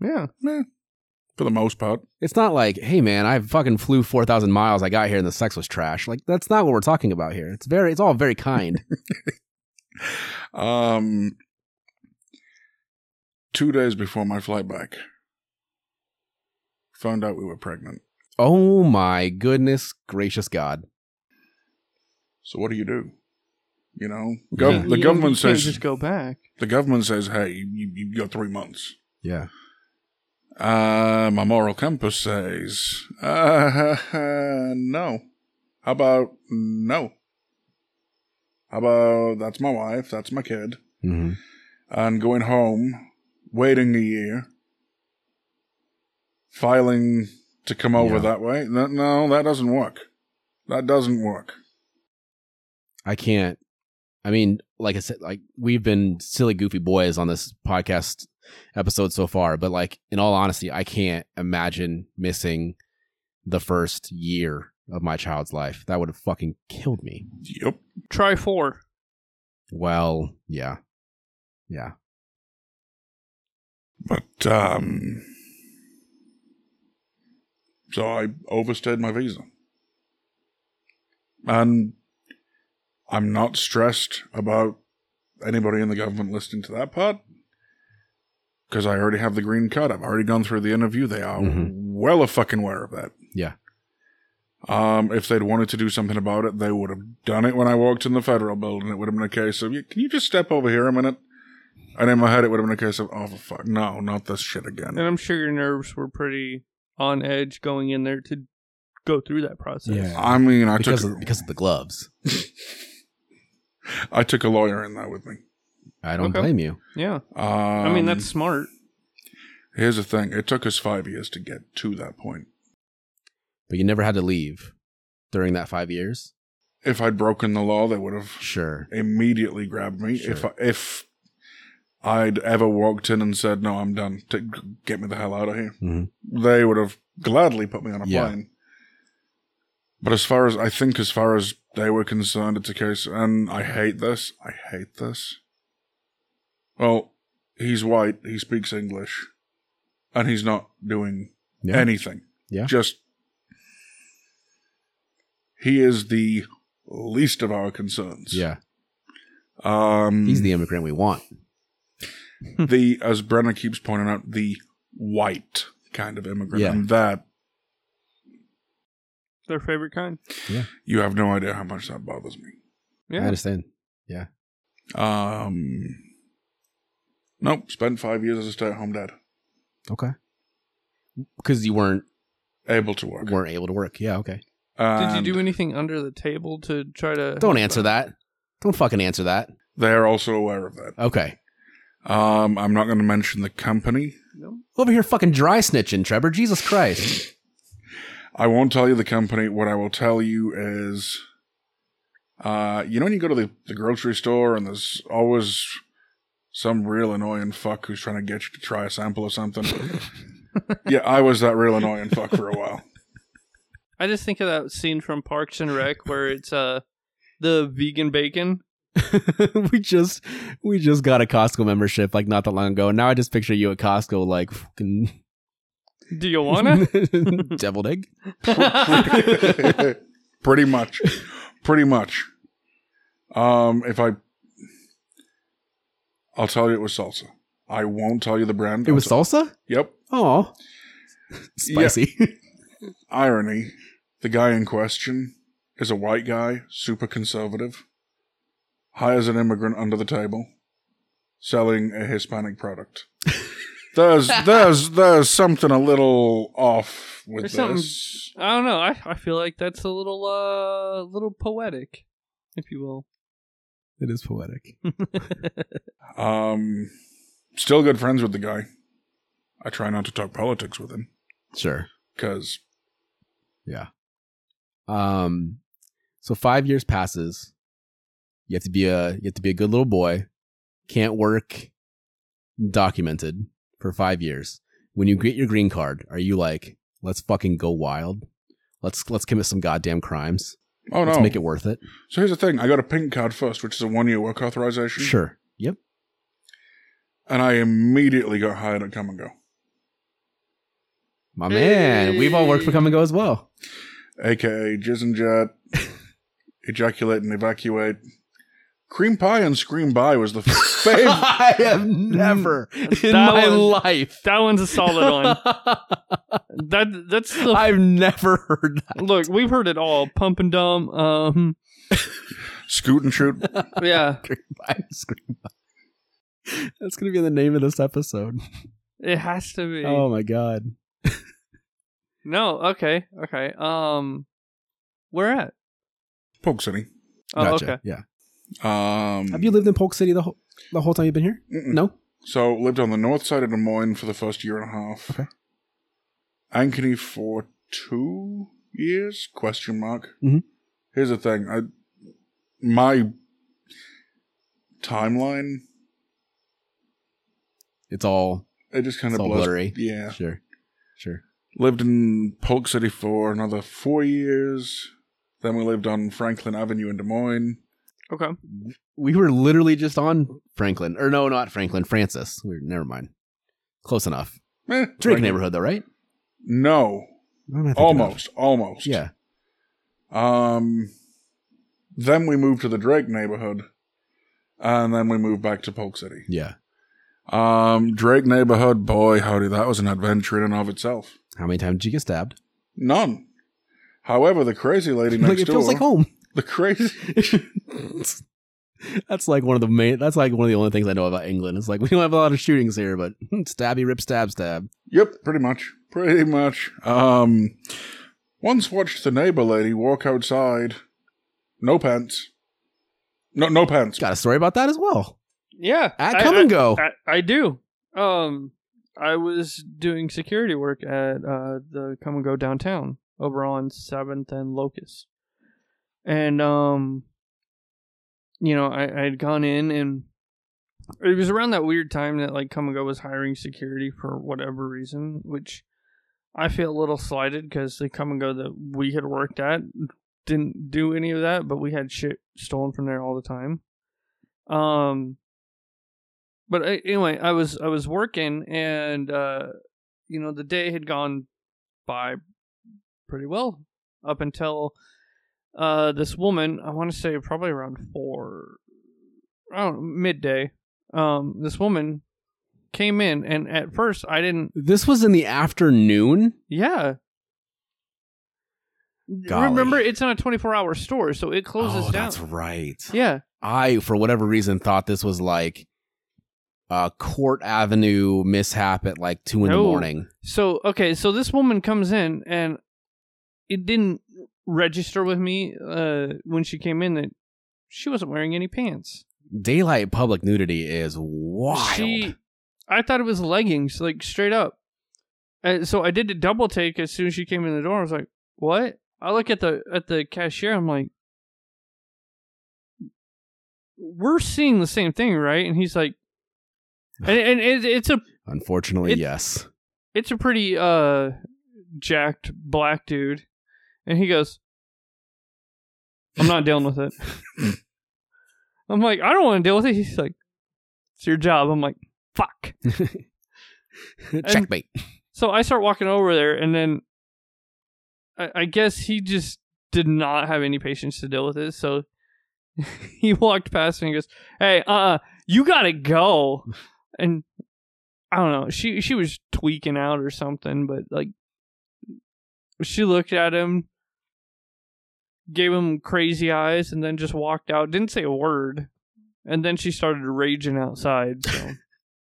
[SPEAKER 2] Yeah.
[SPEAKER 3] meh, for the most part.
[SPEAKER 1] It's not like, hey man, I fucking flew four thousand miles. I got here and the sex was trash. Like that's not what we're talking about here. It's very, it's all very kind.
[SPEAKER 3] Um, two days before my flight back, found out we were pregnant.
[SPEAKER 1] oh my goodness gracious God.
[SPEAKER 3] So what do you do? You know, gov-
[SPEAKER 1] Yeah.
[SPEAKER 3] the
[SPEAKER 2] You-
[SPEAKER 3] government
[SPEAKER 2] you can't
[SPEAKER 3] says
[SPEAKER 2] just go back.
[SPEAKER 3] the government says, hey, you, you've got three months.
[SPEAKER 1] Yeah.
[SPEAKER 3] Uh, my moral compass says, uh, no. How about no? How about that's my wife, that's my kid,
[SPEAKER 1] hmm
[SPEAKER 3] and going home, waiting a year, filing to come over
[SPEAKER 1] Yeah.
[SPEAKER 3] that way? No, no, that doesn't work. That doesn't work.
[SPEAKER 1] I can't. I mean, like I said, like we've been silly, goofy boys on this podcast episode so far, but like in all honesty, I can't imagine missing the first year of my child's life. That would have fucking killed me.
[SPEAKER 3] Yep.
[SPEAKER 2] Try four.
[SPEAKER 1] Well, yeah. Yeah.
[SPEAKER 3] But, um, so I overstayed my visa. And I'm not stressed about anybody in the government listening to that part because I already have the green card. I've already gone through the interview. They are
[SPEAKER 1] Mhm.
[SPEAKER 3] well a fucking aware of that.
[SPEAKER 1] Yeah.
[SPEAKER 3] Um, if they'd wanted to do something about it, they would have done it when I walked in the federal building. It would have been a case of, can you just step over here a minute? And in my head, it would have been a case of, oh, for fuck, no, not this shit again.
[SPEAKER 2] And I'm sure your nerves were pretty on edge going in there to go through that process.
[SPEAKER 1] Yeah.
[SPEAKER 3] I mean, I
[SPEAKER 1] because,
[SPEAKER 3] took
[SPEAKER 1] of, because of the gloves.
[SPEAKER 3] I took a lawyer in there with me.
[SPEAKER 1] I don't
[SPEAKER 2] Okay.
[SPEAKER 1] blame you.
[SPEAKER 2] Yeah.
[SPEAKER 3] Um,
[SPEAKER 2] I mean that's smart.
[SPEAKER 3] here's the thing. It took us five years to get to that point.
[SPEAKER 1] But you never had to leave during that five years?
[SPEAKER 3] If I'd broken the law, they would have
[SPEAKER 1] Sure.
[SPEAKER 3] immediately grabbed me. If I,
[SPEAKER 1] Sure.
[SPEAKER 3] if I'd ever walked in and said, "No, I'm done. T- get me the hell out of here,"
[SPEAKER 1] Mhm.
[SPEAKER 3] they would have gladly put me on a
[SPEAKER 1] Yeah.
[SPEAKER 3] plane. But as far as I think, as far as they were concerned, it's a case, and I hate this. I hate this. Well, he's white. He speaks English, and he's not doing
[SPEAKER 1] Yeah.
[SPEAKER 3] anything.
[SPEAKER 1] Yeah.
[SPEAKER 3] Just he is the least of our concerns.
[SPEAKER 1] yeah.
[SPEAKER 3] Um
[SPEAKER 1] He's the immigrant we want.
[SPEAKER 3] the as Brenna keeps pointing out, the white kind of immigrant.
[SPEAKER 1] Yeah.
[SPEAKER 3] And that
[SPEAKER 2] Their favorite kind.
[SPEAKER 3] you have no idea how much that bothers me.
[SPEAKER 1] I
[SPEAKER 2] Yeah.
[SPEAKER 1] understand.
[SPEAKER 3] Um Nope, spent five years as a stay at home dad.
[SPEAKER 1] Okay. Because you weren't
[SPEAKER 3] Able to work.
[SPEAKER 1] weren't able to work. Yeah. Okay.
[SPEAKER 2] Did you
[SPEAKER 3] And
[SPEAKER 2] do anything under the table to try to?
[SPEAKER 1] um, Don't answer that. Don't fucking answer that.
[SPEAKER 3] They're also aware of that.
[SPEAKER 1] Okay.
[SPEAKER 3] Um, I'm not going to mention the company.
[SPEAKER 2] No?
[SPEAKER 1] Over here, fucking dry snitching, Trevor. Jesus Christ.
[SPEAKER 3] I won't tell you the company. What I will tell you is, uh, you know, when you go to the, the grocery store and there's always some real annoying fuck who's trying to get you to try a sample of something. yeah, I was that real annoying fuck for a while.
[SPEAKER 2] I just think of that scene from Parks and Rec where it's uh the vegan bacon.
[SPEAKER 1] we just we just got a Costco membership like not that long ago, and now I just picture you at Costco like fucking
[SPEAKER 2] Do you wanna?
[SPEAKER 1] deviled egg.
[SPEAKER 3] pretty much, pretty much. Um, if I, I'll tell you it was salsa. I won't tell you the brand.
[SPEAKER 1] It
[SPEAKER 3] I'll
[SPEAKER 1] was
[SPEAKER 3] tell-
[SPEAKER 1] salsa.
[SPEAKER 3] Yep.
[SPEAKER 1] Oh, spicy.
[SPEAKER 3] irony, the guy in question is a white guy, super conservative, hires an immigrant under the table, selling a Hispanic product. there's there's there's something a little off with
[SPEAKER 2] There's something-
[SPEAKER 3] this.
[SPEAKER 2] I don't know. I, I feel like that's a little uh little poetic, if you will.
[SPEAKER 1] It is poetic.
[SPEAKER 3] Um, still good friends with the guy. I try not to talk politics with him
[SPEAKER 1] Sure.
[SPEAKER 3] because
[SPEAKER 1] Um, so five years passes. You have to be a you have to be a good little boy. Can't work. Documented for five years. When you get your green card, are you like, let's fucking go wild? Let's let's commit some goddamn crimes.
[SPEAKER 3] oh
[SPEAKER 1] let's
[SPEAKER 3] no.
[SPEAKER 1] make it worth it.
[SPEAKER 3] so here's the thing: I got a pink card first, which is a one-year work
[SPEAKER 2] Mm.
[SPEAKER 3] authorization,
[SPEAKER 1] Sure. Yep.
[SPEAKER 3] and I immediately got hired at Come and Go.
[SPEAKER 1] My man, we've all worked for Come and Go as well.
[SPEAKER 3] aka Jizz and Jet, Ejaculate and Evacuate. Cream Pie and Scream By was the favorite.
[SPEAKER 1] I have never in
[SPEAKER 2] Mm. That
[SPEAKER 1] my
[SPEAKER 2] was-
[SPEAKER 1] life.
[SPEAKER 2] That one's a solid one. That that's the
[SPEAKER 1] I've never heard that.
[SPEAKER 2] look. We've heard it all. Pump and dump. Um,
[SPEAKER 3] Scoot and Shoot.
[SPEAKER 2] yeah,
[SPEAKER 1] I scream. That's gonna be the name of this episode.
[SPEAKER 2] it has to be.
[SPEAKER 1] Oh my god.
[SPEAKER 2] No, okay, okay. Um, where at?
[SPEAKER 3] Polk City.
[SPEAKER 2] Oh,
[SPEAKER 1] Gotcha.
[SPEAKER 2] okay.
[SPEAKER 1] Yeah.
[SPEAKER 3] Um,
[SPEAKER 1] Have you lived in Polk City the whole the whole time you've been here?
[SPEAKER 3] mm-mm.
[SPEAKER 1] No.
[SPEAKER 3] So lived on the north side of Des Moines for the first year and a half.
[SPEAKER 1] Okay.
[SPEAKER 3] Ankeny for two years? Question mark.
[SPEAKER 1] Mhm.
[SPEAKER 3] Here's the thing. I my timeline
[SPEAKER 1] It's all
[SPEAKER 3] it just kind
[SPEAKER 1] It's
[SPEAKER 3] of
[SPEAKER 1] all
[SPEAKER 3] blows.
[SPEAKER 1] blurry.
[SPEAKER 3] Yeah.
[SPEAKER 1] sure, sure.
[SPEAKER 3] Lived in Polk City for another four years. Then we lived on Franklin Avenue in Des Moines.
[SPEAKER 2] Okay.
[SPEAKER 1] We were literally just on Franklin, or no, not Franklin, Francis. We're never mind. Close enough.
[SPEAKER 3] Eh,
[SPEAKER 1] Drake
[SPEAKER 3] Franklin-
[SPEAKER 1] neighborhood though, right?
[SPEAKER 3] No,
[SPEAKER 1] What am I thinking of?
[SPEAKER 3] almost, almost.
[SPEAKER 1] Yeah.
[SPEAKER 3] Um. Then we moved to the Drake neighborhood, and then we moved back to Polk City.
[SPEAKER 1] Yeah.
[SPEAKER 3] Um, Drake neighborhood, boy, howdy, that was an adventure in and of itself.
[SPEAKER 1] How many times did you get stabbed?
[SPEAKER 3] None. However, the crazy lady next
[SPEAKER 1] like it
[SPEAKER 3] door,
[SPEAKER 1] feels like home.
[SPEAKER 3] the crazy
[SPEAKER 1] that's like one of the main. That's like one of the only things I know about England. It's like we don't have a lot of shootings here, but stabby, rip, stab, stab.
[SPEAKER 3] Yep, pretty much. Pretty much. Um, once watched the neighbor lady walk outside, no pants. No, no pants.
[SPEAKER 1] Got a story about that as well.
[SPEAKER 2] Yeah.
[SPEAKER 1] At
[SPEAKER 2] I-
[SPEAKER 1] come
[SPEAKER 2] I-
[SPEAKER 1] and go.
[SPEAKER 2] I, I do. Um, I was doing security work at uh, the Come and Go downtown over on Seventh and Locust, and um, you know, I I had gone in and it was around that weird time that like Come and Go was hiring security for whatever reason, which I feel a little slighted because the Come and Go that we had worked at didn't do any of that, but we had shit stolen from there all the time. Um, but a- anyway, I was I was working, and uh, you know the day had gone by pretty well up until uh, this woman. I want to say probably around four, I don't know, midday. Um, this woman came in, and at first I didn't.
[SPEAKER 1] This was in the afternoon.
[SPEAKER 2] Yeah.
[SPEAKER 1] Golly.
[SPEAKER 2] Remember, it's not a twenty-four hour store, so it closes
[SPEAKER 1] oh,
[SPEAKER 2] down.
[SPEAKER 1] that's right.
[SPEAKER 2] Yeah,
[SPEAKER 1] I, for whatever reason, thought this was like uh, Court Avenue mishap at like two in the
[SPEAKER 2] No.
[SPEAKER 1] morning.
[SPEAKER 2] So okay, so this woman comes in and it didn't register with me uh, when she came in that she wasn't wearing any pants.
[SPEAKER 1] Daylight public nudity is wild.
[SPEAKER 2] She, I thought it was leggings, like straight up. And so I did a double take as soon as she came in the door. I was like, "What?" I look at the at the cashier. I'm like, "We're seeing the same thing, right?" And he's like, "And, and it, it's a
[SPEAKER 1] Unfortunately,
[SPEAKER 2] It-
[SPEAKER 1] yes.
[SPEAKER 2] it's a pretty uh jacked black dude and he goes i'm not dealing with it i'm like i don't want to deal with it he's like it's your job i'm like fuck
[SPEAKER 1] Checkmate.
[SPEAKER 2] so i start walking over there and then i, I guess he just did not have any patience to deal with it so he walked past me and goes hey uh you gotta go and i don't know she she was tweaking out or something but like she looked at him gave him crazy eyes and then just walked out didn't say a word and then she started raging outside so
[SPEAKER 1] At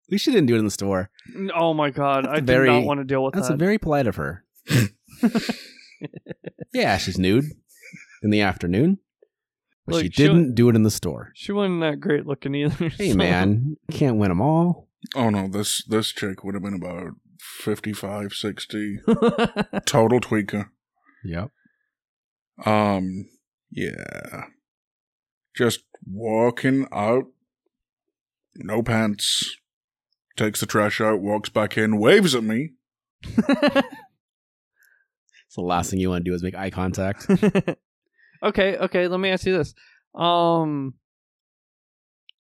[SPEAKER 1] least she didn't do it in the store.
[SPEAKER 2] oh my god
[SPEAKER 1] That's
[SPEAKER 2] i
[SPEAKER 1] a
[SPEAKER 2] did
[SPEAKER 1] very-
[SPEAKER 2] not want to deal with
[SPEAKER 1] That's
[SPEAKER 2] that
[SPEAKER 1] a very polite of her. yeah, she's nude in the afternoon, but she
[SPEAKER 2] Look, she'll-
[SPEAKER 1] didn't do it in the store.
[SPEAKER 2] She wasn't that great looking either.
[SPEAKER 1] Hey,
[SPEAKER 2] so-
[SPEAKER 1] man, you can't win them all.
[SPEAKER 3] Oh no, this this chick would have been about 55, 60. Total tweaker.
[SPEAKER 1] Yep.
[SPEAKER 3] Um, yeah. Just walking out, no pants, takes the trash out, walks back in, waves at me.
[SPEAKER 1] It's the last thing you want to do is make eye contact.
[SPEAKER 2] okay, okay. Let me ask you this: um,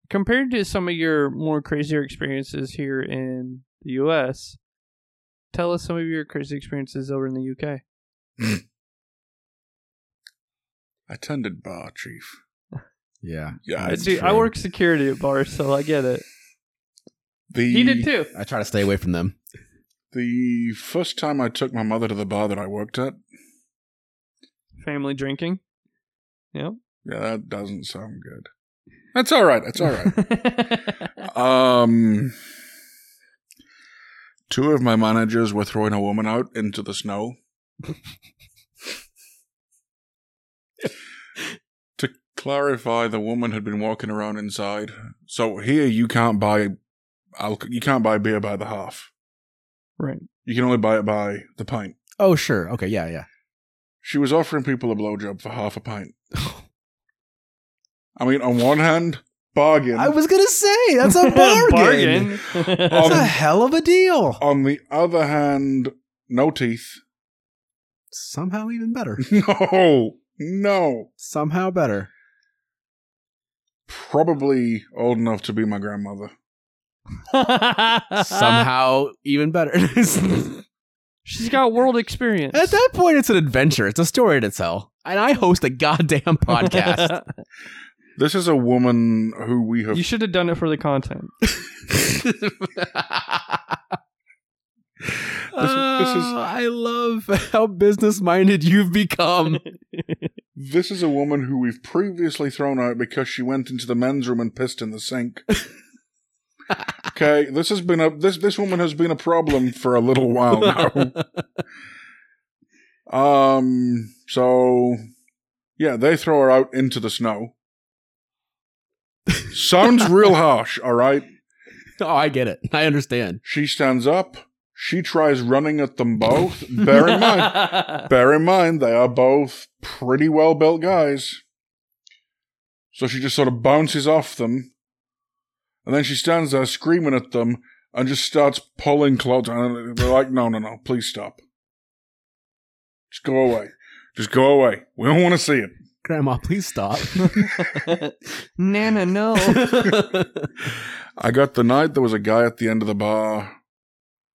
[SPEAKER 2] compared to some of your more crazier experiences here in the U.S., tell us some of your crazy experiences over in the U.K.
[SPEAKER 3] Attended bar, chief.
[SPEAKER 1] yeah.
[SPEAKER 3] Yeah,
[SPEAKER 1] That's
[SPEAKER 3] it's-
[SPEAKER 2] Dude, I
[SPEAKER 1] true.
[SPEAKER 2] work security at bars, so I get it.
[SPEAKER 3] the
[SPEAKER 2] He did too.
[SPEAKER 1] I try to stay away from them.
[SPEAKER 3] the first time I took my mother to the bar that I worked at.
[SPEAKER 2] Family drinking. Yep.
[SPEAKER 3] Yeah, that doesn't sound good. That's all right. That's all right. Um, two of my managers were throwing a woman out into the snow to clarify. The woman had been walking around inside. So here, you can't buy alcohol. You can't buy beer by the half.
[SPEAKER 2] right.
[SPEAKER 3] You can only buy it by the pint.
[SPEAKER 1] Oh, sure. Okay. Yeah. Yeah.
[SPEAKER 3] She was offering people a blowjob for half a pint. I mean, on one hand, bargain.
[SPEAKER 1] I was gonna say that's a bargain.
[SPEAKER 2] Bargain.
[SPEAKER 1] That's a
[SPEAKER 3] Um,
[SPEAKER 1] hell of a deal.
[SPEAKER 3] on the other hand, no teeth.
[SPEAKER 1] Somehow even better.
[SPEAKER 3] No, no.
[SPEAKER 1] Somehow better.
[SPEAKER 3] Probably old enough to be my grandmother.
[SPEAKER 1] Somehow even better.
[SPEAKER 2] She's got world experience.
[SPEAKER 1] At that point, it's an adventure. It's a story to tell. And I host a goddamn podcast.
[SPEAKER 3] This is a woman who we have.
[SPEAKER 2] you should have done it for the content.
[SPEAKER 1] Oh, I love how business minded you've become.
[SPEAKER 3] this is a woman who we've previously thrown out because she went into the men's room and pissed in the sink. okay, this has been a this this woman has been a problem for a little while now. um. So, yeah, they throw her out into the snow. Sounds real harsh. All right.
[SPEAKER 1] oh, I get it. I understand.
[SPEAKER 3] She stands up. She tries running at them both. bear in mind, bear in mind, they are both pretty well built guys. So she just sort of bounces off them. And then she stands there screaming at them and just starts pulling clothes. And they're like, no, no, no, please stop. Just go away. Just go away. We don't want to see it.
[SPEAKER 1] Grandma, please stop.
[SPEAKER 2] Nana, no.
[SPEAKER 3] I got the night there was a guy at the end of the bar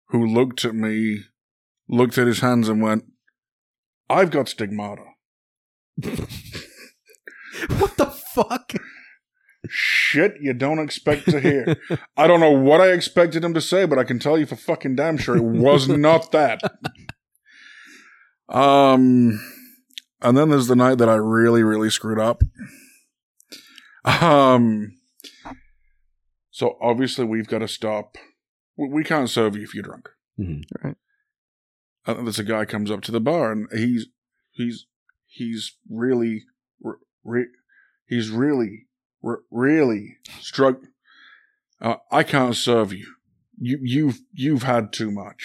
[SPEAKER 3] who looked at me, looked at his hands, and went, I've got stigmata.
[SPEAKER 1] what the fuck?
[SPEAKER 3] Shit, you don't expect to hear. I don't know what I expected him to say, but I can tell you for fucking damn sure it was not that. Um, and then there's the night that I really, really screwed up. Um, So obviously we've got to stop. We, we can't serve you if you're drunk.
[SPEAKER 1] Mhm.
[SPEAKER 2] Right.
[SPEAKER 3] And Uh, there's a guy comes up to the bar and he's he's he's really re, re- he's really re, really struck. Uh, I can't serve you. You you've you've had too much.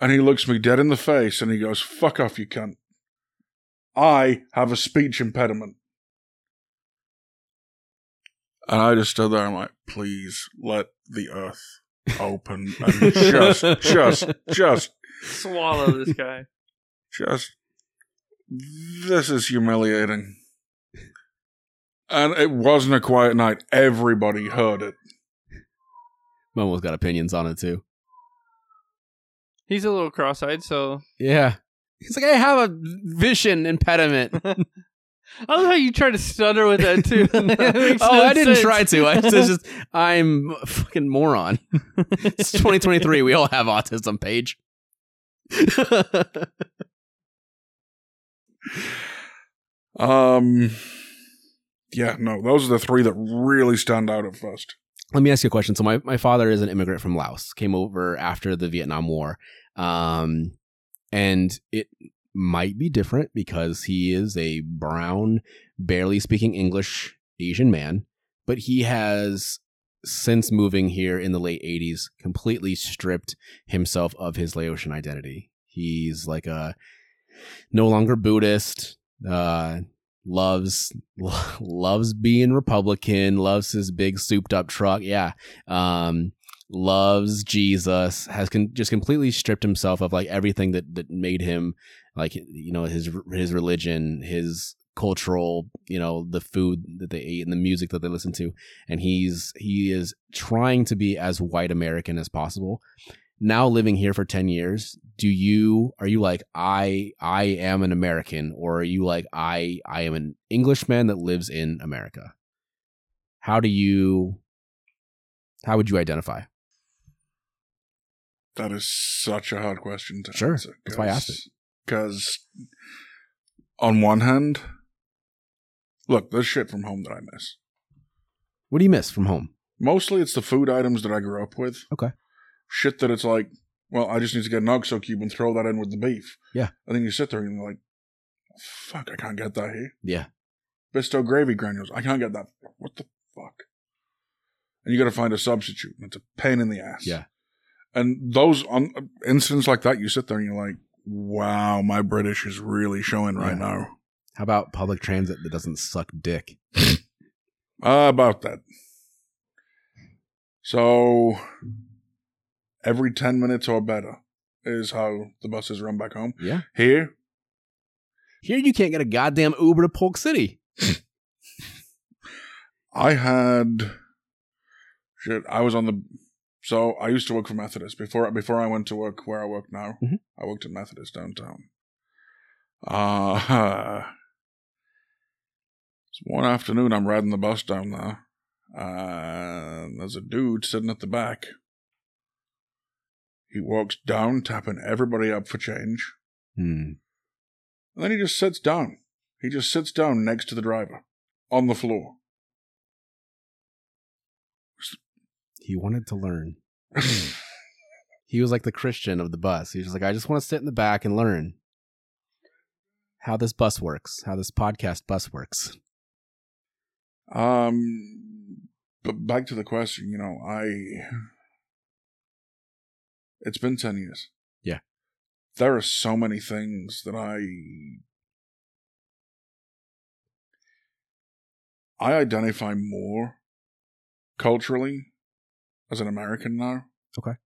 [SPEAKER 3] And he looks me dead in the face and he goes, "Fuck off, you cunt." I have a speech impediment. And I just stood there. I'm like, please let the earth open and just, just, just,
[SPEAKER 2] Swallow this guy.
[SPEAKER 3] just. This is humiliating. And it wasn't a quiet night. Everybody heard it.
[SPEAKER 1] Momo's got opinions on it too.
[SPEAKER 2] He's a little cross-eyed, so
[SPEAKER 1] Yeah. He's like, I have a vision impediment.
[SPEAKER 2] I love how you try to stutter with that too. It makes
[SPEAKER 1] oh,
[SPEAKER 2] no
[SPEAKER 1] I didn't
[SPEAKER 2] sense.
[SPEAKER 1] try to. I it's just I'm a fucking moron. It's 2023. We all have autism, Paige.
[SPEAKER 3] Um, yeah, no, those are the three that really stand out at first.
[SPEAKER 1] let me ask you a question. So my, my father is an immigrant from Laos, came over after the Vietnam War. Um, and it might be different because he is a brown, barely speaking English Asian man, but he has since moving here in the late 80s completely stripped himself of his Laotian identity. He's like a no longer Buddhist, uh loves loves being Republican, loves his big souped up truck. Yeah. Um, loves Jesus, has con- just completely stripped himself of like everything that, that made him like, you know, his, his religion, his cultural, you know, the food that they ate and the music that they listened to. And he's, he is trying to be as white American as possible. Now living here for 10 years, do you are you like I I am an American or are you like I I am an Englishman that lives in America? How do you how would you identify?
[SPEAKER 3] That is such a hard question to
[SPEAKER 1] Sure.
[SPEAKER 3] answer.
[SPEAKER 1] That's why I asked it.
[SPEAKER 3] Because, on one hand, look, there's shit from home that I miss.
[SPEAKER 1] What do you miss from home?
[SPEAKER 3] Mostly it's the food items that I grew up with.
[SPEAKER 1] Okay.
[SPEAKER 3] Shit that it's like, well, I just need to get an OXO cube and throw that in with the beef.
[SPEAKER 1] Yeah.
[SPEAKER 3] And then you sit there and you're like, fuck, I can't get that here.
[SPEAKER 1] Yeah.
[SPEAKER 3] Bisto gravy granules, I can't get that. What the fuck? And you got to find a substitute, and it's a pain in the ass.
[SPEAKER 1] Yeah.
[SPEAKER 3] And those on incidents like that, you sit there and you're like, wow, my British is really showing right now.
[SPEAKER 1] How about public transit that doesn't suck dick?
[SPEAKER 3] Uh, about that. So every 10 minutes or better is how the buses run back home.
[SPEAKER 1] Yeah.
[SPEAKER 3] Here,
[SPEAKER 1] Here you can't get a goddamn Uber to Polk City.
[SPEAKER 3] I had shit. I was on the so I used to work for Methodist before before I went to work where I work now.
[SPEAKER 1] Mhm.
[SPEAKER 3] I worked at Methodist downtown. Uh it's one afternoon I'm riding the bus down there, and there's a dude sitting at the back. He walks down, tapping everybody up for change,
[SPEAKER 1] Hmm.
[SPEAKER 3] and then he just sits down. He just sits down next to the driver on the floor.
[SPEAKER 1] He wanted to learn. He was like the Christian of the bus. He was just like, I just want to sit in the back and learn how this bus works, how this podcast bus works.
[SPEAKER 3] Um, but back to the question, you know, I. It's been 10 years.
[SPEAKER 1] Yeah.
[SPEAKER 3] There are so many things that I. I identify more culturally as an American now.
[SPEAKER 1] Okay.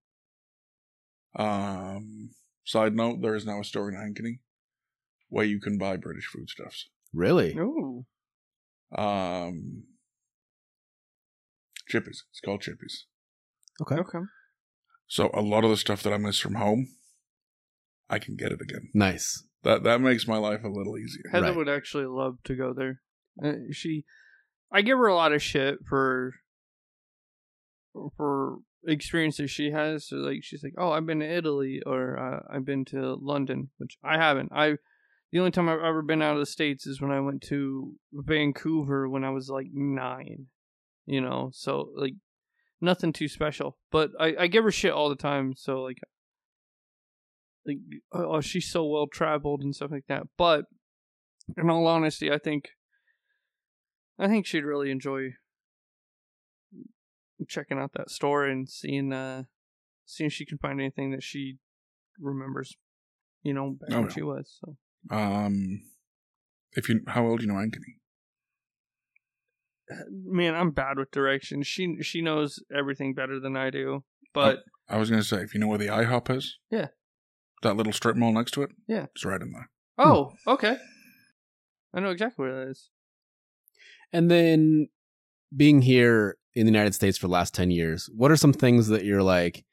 [SPEAKER 3] Um, side note, there is now a store in Ankeny where you can buy British foodstuffs.
[SPEAKER 1] Really?
[SPEAKER 2] Ooh.
[SPEAKER 3] Um, chippies. It's called chippies.
[SPEAKER 2] Okay.
[SPEAKER 3] So a lot of the stuff that I miss from home, I can get it again.
[SPEAKER 1] Nice.
[SPEAKER 3] That that makes my life a little easier.
[SPEAKER 2] Heather
[SPEAKER 1] Right.
[SPEAKER 2] would actually love to go there. Uh, she, I give her a lot of shit for for experiences she has. So like, she's like, "Oh, I've been to Italy, or uh, I've been to London," which I haven't. I the only time I've ever been out of the states is when I went to Vancouver when I was like nine, you know. So like, nothing too special. But I, I give her shit all the time. So like, like oh, she's so well traveled and stuff like that. But in all honesty, I think, I think she'd really enjoy checking out that store and seeing, uh, seeing if she can find anything that she remembers. You know, back
[SPEAKER 3] Oh,
[SPEAKER 2] when
[SPEAKER 3] yeah.
[SPEAKER 2] she was. So
[SPEAKER 3] Um, if you how old do you know Ankeny?
[SPEAKER 2] man, I'm bad with directions. She she knows everything better than I do. But
[SPEAKER 3] I was gonna say if you know where the IHOP is.
[SPEAKER 2] Yeah.
[SPEAKER 3] That little strip mall next to it.
[SPEAKER 2] Yeah.
[SPEAKER 3] It's right in there.
[SPEAKER 2] oh, okay. I know exactly where that is.
[SPEAKER 1] And then being here in the United States for the last 10 years, what are some things that you're like,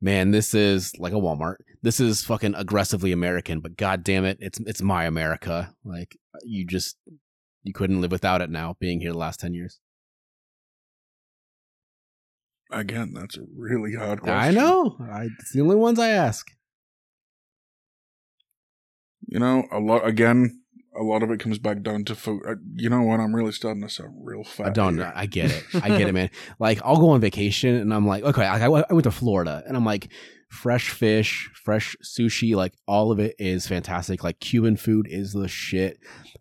[SPEAKER 1] man, this is like a Walmart. This is fucking aggressively American, but god damn it, it's it's my America. Like you just you couldn't live without it now being here the last 10 years.
[SPEAKER 3] Again, that's a really hard question.
[SPEAKER 1] I know. I, it's the only ones I ask.
[SPEAKER 3] You know, a lot again, a lot of it comes back down to food. Uh, you know what? I'm really starting to sound real fat.
[SPEAKER 1] I don't
[SPEAKER 3] here.
[SPEAKER 1] know. I get it. I get it, man. Like I'll go on vacation and I'm like, okay, I, I went to Florida and I'm like, fresh fish, fresh sushi, like all of it is fantastic. Like Cuban food is the shit,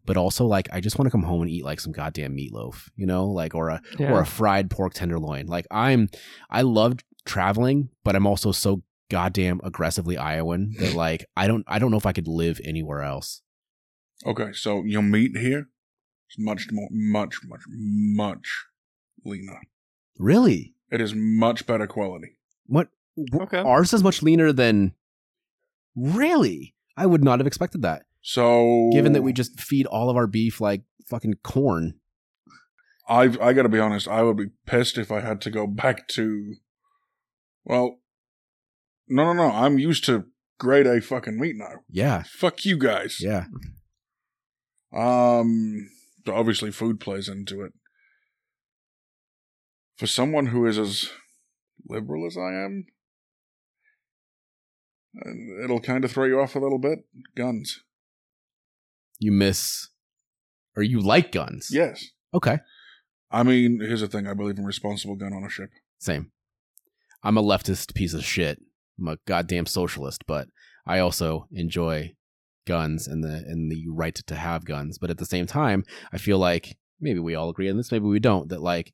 [SPEAKER 1] but also like I just want to come home and eat like some goddamn meatloaf, you know, like or a or a fried pork tenderloin. Like I'm, I love traveling, but I'm also so goddamn aggressively Iowan that like I don't I don't know if I could live anywhere else.
[SPEAKER 3] Okay, so your meat here is much more, much, much, much leaner.
[SPEAKER 1] Really?
[SPEAKER 3] It is much better quality.
[SPEAKER 1] What?
[SPEAKER 2] Okay.
[SPEAKER 1] Ours is much leaner than. Really, I would not have expected that.
[SPEAKER 3] So,
[SPEAKER 1] Given that we just feed all of our beef like fucking corn.
[SPEAKER 3] I've I got to be honest, I would be pissed if I had to go back to well No, no, no. I'm used to grade A fucking meat now.
[SPEAKER 1] Yeah,
[SPEAKER 3] Fuck you guys.
[SPEAKER 1] yeah.
[SPEAKER 3] Um so obviously food plays into it. For someone who is as liberal as I am, uh, it'll kind of throw you off a little bit. Guns.
[SPEAKER 1] You miss, or you like guns.
[SPEAKER 3] Yes.
[SPEAKER 1] Okay.
[SPEAKER 3] I mean, here's the thing. I believe in responsible gun ownership.
[SPEAKER 1] Same. I'm a leftist piece of shit. I'm a goddamn socialist, but I also enjoy guns and the and the right to have guns. But at the same time, I feel like maybe we all agree on this, maybe we don't. That like,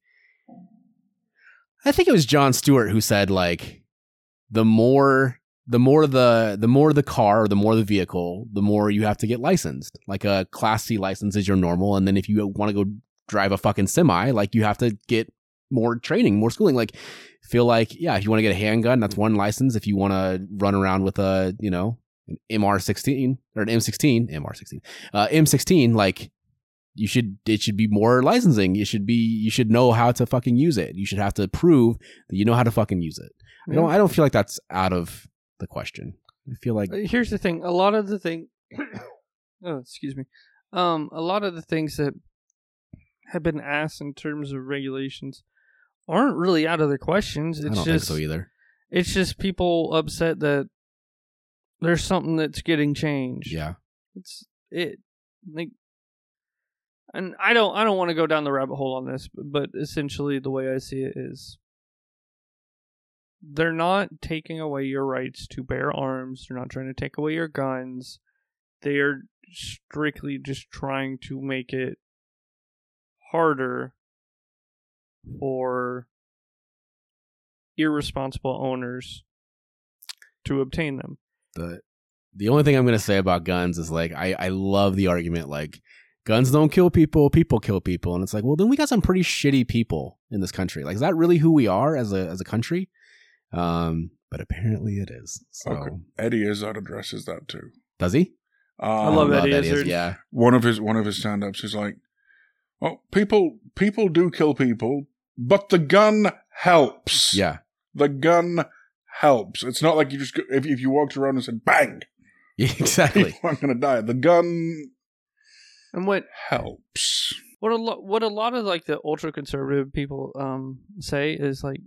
[SPEAKER 1] I think it was John Stewart who said like, the more the more the the more the car or the more the vehicle, the more you have to get licensed. Like a class C license is your normal, and then if you want to go drive a fucking semi, like you have to get more training, more schooling. Like, feel like, yeah, if you want to get a handgun, that's one license. If you want to run around with a, you know, an MR16 or an M16, MR16, uh, M16, like, you should, it should be more licensing. You should be, you should know how to fucking use it. You should have to prove that you know how to fucking use it. I don't, I don't feel like that's out of the question. I feel like,
[SPEAKER 2] Uh, here's the thing a lot of the thing oh excuse me um a lot of the things that have been asked in terms of regulations aren't really out of the questions
[SPEAKER 1] I
[SPEAKER 2] it's
[SPEAKER 1] don't think
[SPEAKER 2] just
[SPEAKER 1] so either.
[SPEAKER 2] it's just people upset that there's something that's getting changed
[SPEAKER 1] Yeah.
[SPEAKER 2] it's it like and i don't i don't want to go down the rabbit hole on this but essentially the way i see it is they're not taking away your rights to bear arms they're not trying to take away your guns they are strictly just trying to make it harder for irresponsible owners to obtain them
[SPEAKER 1] the the only thing I'm gonna say about guns is like I I love the argument like guns don't kill people, people kill people, and it's like well then we got some pretty shitty people in this country. Like is that really who we are as a as a country? Um, but apparently it is. So
[SPEAKER 3] Okay. Eddie Izzard addresses that too.
[SPEAKER 1] does he? Oh,
[SPEAKER 3] Um,
[SPEAKER 2] I love Eddie
[SPEAKER 1] that is-
[SPEAKER 2] Izzard.
[SPEAKER 1] Yeah,
[SPEAKER 3] One of his one of his stand ups is like, "Well, people people do kill people, but the gun helps.
[SPEAKER 1] yeah,
[SPEAKER 3] the gun helps. It's not like you just go, if if you walked around and said bang,
[SPEAKER 1] yeah exactly.
[SPEAKER 3] people aren't going to die. The gun
[SPEAKER 2] and what
[SPEAKER 3] helps.
[SPEAKER 2] what a lot what a lot of like the ultra conservative people um say is like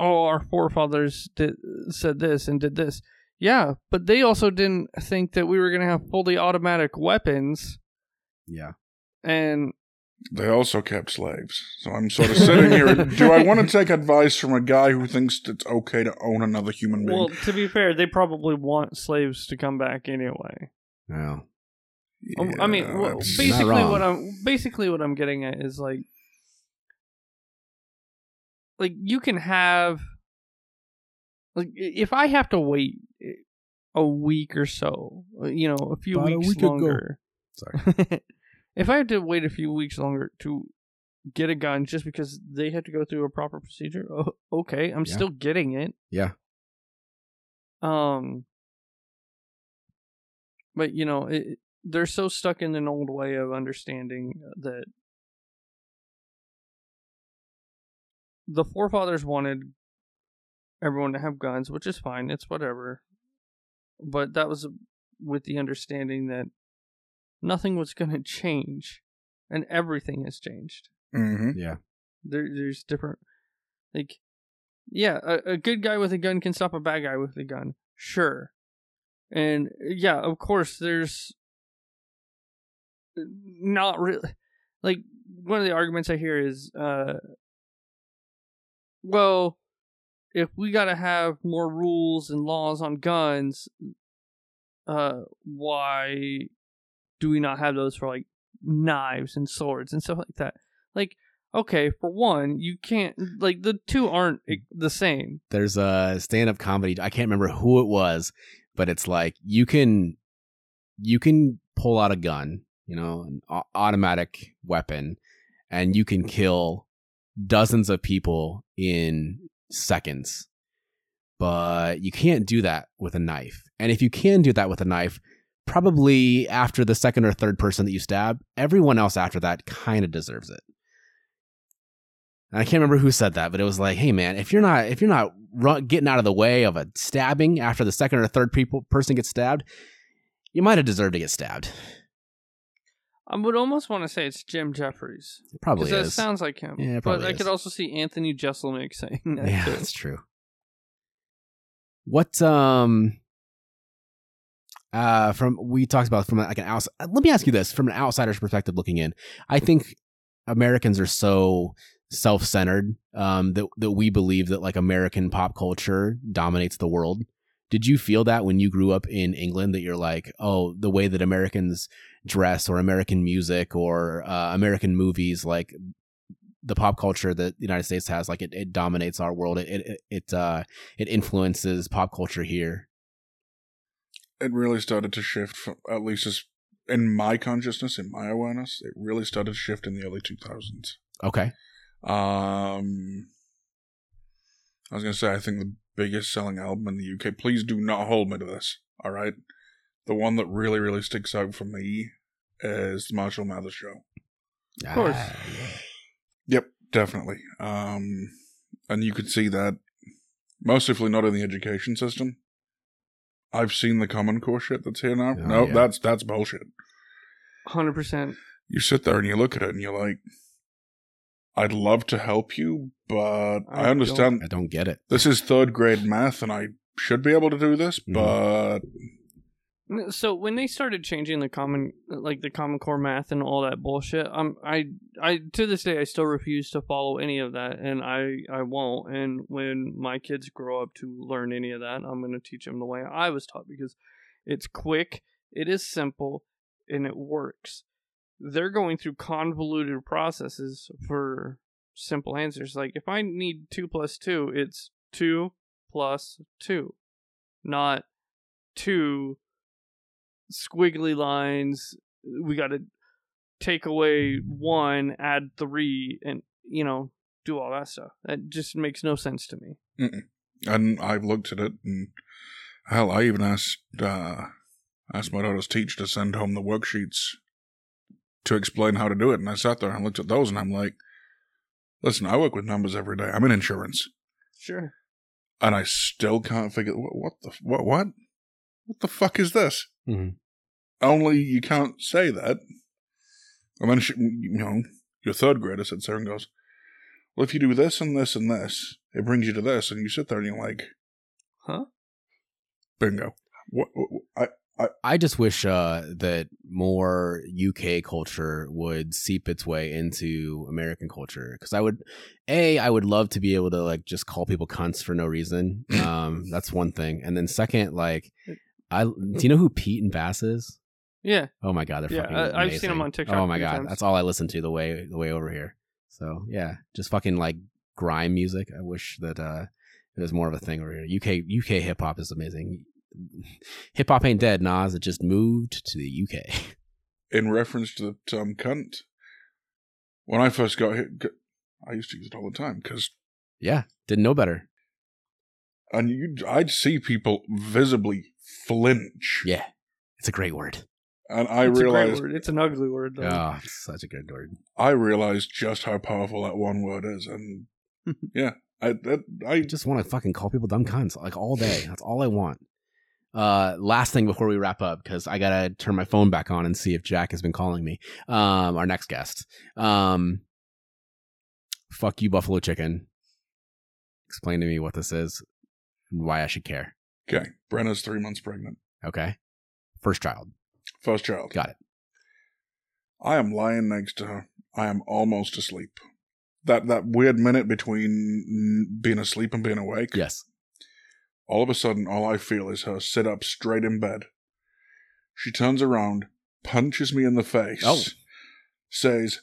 [SPEAKER 2] oh our forefathers did said this and did this yeah but they also didn't think that we were going to have fully automatic weapons
[SPEAKER 1] yeah,
[SPEAKER 2] and
[SPEAKER 3] They also kept slaves. So I'm sort of sitting here. Do I want to take advice from a guy who thinks it's okay to own another human being?
[SPEAKER 2] Well, to be fair, they probably want slaves to come back anyway.
[SPEAKER 1] Well,
[SPEAKER 2] Um, I mean, well,
[SPEAKER 3] it's-
[SPEAKER 1] basi-
[SPEAKER 2] basically
[SPEAKER 1] wrong.
[SPEAKER 2] what I'm basically what I'm getting at is like, like you can have, like i- if I have to wait eh, a week or so, uh, you know, a few
[SPEAKER 4] About a
[SPEAKER 2] weeks
[SPEAKER 4] week ago.
[SPEAKER 2] longer.
[SPEAKER 1] sorry.
[SPEAKER 2] if I have to wait a few weeks longer to get a gun just because they have to go through a proper procedure, o- okay, I'm
[SPEAKER 1] Yeah.
[SPEAKER 2] still getting it.
[SPEAKER 1] Yeah.
[SPEAKER 2] Um. But you know, it, they're so stuck in an old way of understanding that the forefathers wanted everyone to have guns, which is fine. It's whatever. But that was with the understanding that nothing was going to change and everything has changed
[SPEAKER 3] hmm
[SPEAKER 1] Yeah.
[SPEAKER 2] there, there's different like yeah a, a good guy with a gun can stop a bad guy with a gun sure and yeah of course there's not really like one of the arguments i hear is uh well if we gotta have more rules and laws on guns uh why do we not have those for like knives and swords and stuff like that like okay, for one, you can't like the two aren't i- the same.
[SPEAKER 1] there's a stand-up comedy i can't remember who it was but it's like you can you can pull out a gun you know an au- automatic weapon and you can kill dozens of people in seconds but you can't do that with a knife and if you can do that with a knife probably after the second or third person that you stab everyone else after that kind of deserves it and I can't remember who said that, but it was like, "Hey, man, if you're not if you're not ru- getting out of the way of a stabbing after the second or third people person gets stabbed, you might have deserved to get stabbed.
[SPEAKER 2] I would almost want to say it's Jim Jeffries
[SPEAKER 1] It
[SPEAKER 2] because
[SPEAKER 1] probably
[SPEAKER 2] that
[SPEAKER 1] is.
[SPEAKER 2] sounds like him.
[SPEAKER 1] Yeah, it
[SPEAKER 2] but
[SPEAKER 1] probably
[SPEAKER 2] I
[SPEAKER 1] is.
[SPEAKER 2] could also see Anthony Jeselnik saying that.
[SPEAKER 1] yeah,
[SPEAKER 2] too.
[SPEAKER 1] Mm, that's true. What um uh from we talked about from like an outside. Let me ask you this from an outsider's perspective looking in. I think Americans are so self-centered um that that we believe that like American pop culture dominates the world. Did you feel that when you grew up in England that you're like, oh, the way that Americans dress or American music or uh, American movies, like the pop culture that the United States has, like it, it dominates our world. It it it uh, it influences pop culture here.
[SPEAKER 3] It really started to shift, from, at least as in my consciousness, in my awareness, it really started to shift in the early 2000s.
[SPEAKER 1] Okay,
[SPEAKER 3] Um, I was gonna say I think the biggest selling album in the UK. Please do not hold me to this. All right, the one that really really sticks out for me is the Marshall Mathers Show.
[SPEAKER 1] of
[SPEAKER 2] course.
[SPEAKER 3] Yep, definitely. Um, and you could see that mercifully not in the education system. I've seen the Common Core shit that's here now.
[SPEAKER 1] Oh,
[SPEAKER 3] no,
[SPEAKER 1] yeah.
[SPEAKER 3] that's that's bullshit.
[SPEAKER 2] hundred percent.
[SPEAKER 3] You sit there and you look at it and you're like, I'd love to help you, but
[SPEAKER 2] I
[SPEAKER 3] I understand
[SPEAKER 1] I don't get it.
[SPEAKER 3] this is third grade math and I should be able to do this,
[SPEAKER 1] Mhm.
[SPEAKER 3] but
[SPEAKER 2] So when they started changing the common, like the Common Core math and all that bullshit, um, I, I to this day I still refuse to follow any of that, and I, I won't. And when my kids grow up to learn any of that, I'm going to teach them the way I was taught because it's quick, it is simple, and it works. They're going through convoluted processes for simple answers. Like if I need two plus two, it's two plus two, not two squiggly lines. We got to take away one, add three, and you know do all that stuff. That just makes no sense to me.
[SPEAKER 3] and I've looked at it and hell, I even asked uh asked my daughter's teacher to send home the worksheets to explain how to do it, and I sat there and looked at those and I'm like, listen, I work with numbers every day. I'm in insurance,
[SPEAKER 2] Sure.
[SPEAKER 3] and I still can't figure what, what the what what what the fuck is this?
[SPEAKER 1] Mhm.
[SPEAKER 3] Only you can't say that. And then she, you know, your third grader sits there and goes, "Well, if you do this and this and this, it brings you to this," and you sit there and you're like,
[SPEAKER 2] Huh?
[SPEAKER 3] Bingo. What, what- I
[SPEAKER 1] I just wish uh, that more UK culture would seep its way into American culture because I would, a, I would love to be able to like just call people cunts for no reason. Um, that's one thing, and then second, like, I do you know who Pete and Bass is?
[SPEAKER 2] Yeah,
[SPEAKER 1] Oh my god, they're
[SPEAKER 2] Yeah,
[SPEAKER 1] fucking.
[SPEAKER 2] I- I've seen
[SPEAKER 1] amazing.
[SPEAKER 2] them on TikTok
[SPEAKER 1] Oh my
[SPEAKER 2] a few
[SPEAKER 1] god,
[SPEAKER 2] times.
[SPEAKER 1] that's all I listen to the way the way over here. So yeah, just fucking like grime music. I wish that uh it was more of a thing over here. UK UK hip hop is amazing. Hip hop ain't dead, Nas. It just moved to the UK.
[SPEAKER 3] in reference to the term cunt. When I first got hit, g- I used to use it all the time because,
[SPEAKER 1] yeah, didn't know better.
[SPEAKER 3] and you, I'd see people visibly flinch,
[SPEAKER 1] Yeah, it's a great word.
[SPEAKER 3] and I
[SPEAKER 2] it's a great
[SPEAKER 3] realized,
[SPEAKER 2] word. It's an ugly word though.
[SPEAKER 1] Oh, it's such a good word.
[SPEAKER 3] I realized just how powerful that one word is, and yeah, I, that, I
[SPEAKER 1] I just want to fucking call people dumb cunts like all day. That's all I want. Uh, last thing before we wrap up, because I gotta turn my phone back on and see if Jack has been calling me. Um, our next guest. Um, fuck you, Buffalo Chicken. Explain to me what this is and why I should care.
[SPEAKER 3] okay. Brenna's three months pregnant,
[SPEAKER 1] Okay, first child.
[SPEAKER 3] first child.
[SPEAKER 1] Got it.
[SPEAKER 3] I am lying next to her. I am almost asleep. That that weird minute between mm, being asleep and being awake.
[SPEAKER 1] Yes.
[SPEAKER 3] All of a sudden, all I feel is her sit up straight in bed. She turns around, punches me in the face,
[SPEAKER 1] Oh.
[SPEAKER 3] says,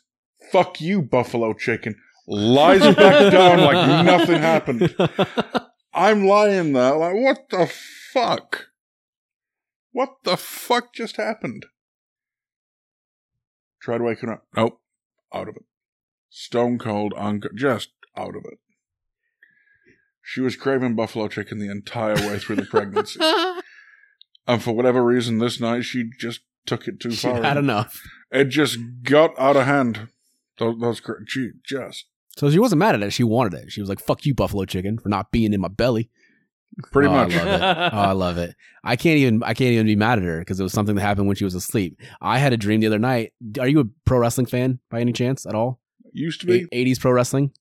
[SPEAKER 3] Fuck you, buffalo chicken, lies back down like nothing happened. I'm lying there, like, what the fuck? What the fuck just happened? Tried waking her up. Nope. Out of it. Stone cold, unco- just out of it. She was craving buffalo chicken the entire way through the pregnancy. And for whatever reason, this night she just took it too
[SPEAKER 1] She'd
[SPEAKER 3] far.
[SPEAKER 1] had enough.
[SPEAKER 3] It just got out of hand. Those, those cra- she just
[SPEAKER 1] So she wasn't mad at it. She wanted it. She was like, "Fuck you, Buffalo Chicken, for not being in my belly."
[SPEAKER 3] pretty
[SPEAKER 1] Oh, I
[SPEAKER 3] much.
[SPEAKER 1] love it. oh, I love it. I can't even I can't even be mad at her because it was something that happened when she was asleep. I had a dream the other night. Are you a pro wrestling fan by any chance at all?
[SPEAKER 3] Used to be.
[SPEAKER 1] Eighties pro wrestling.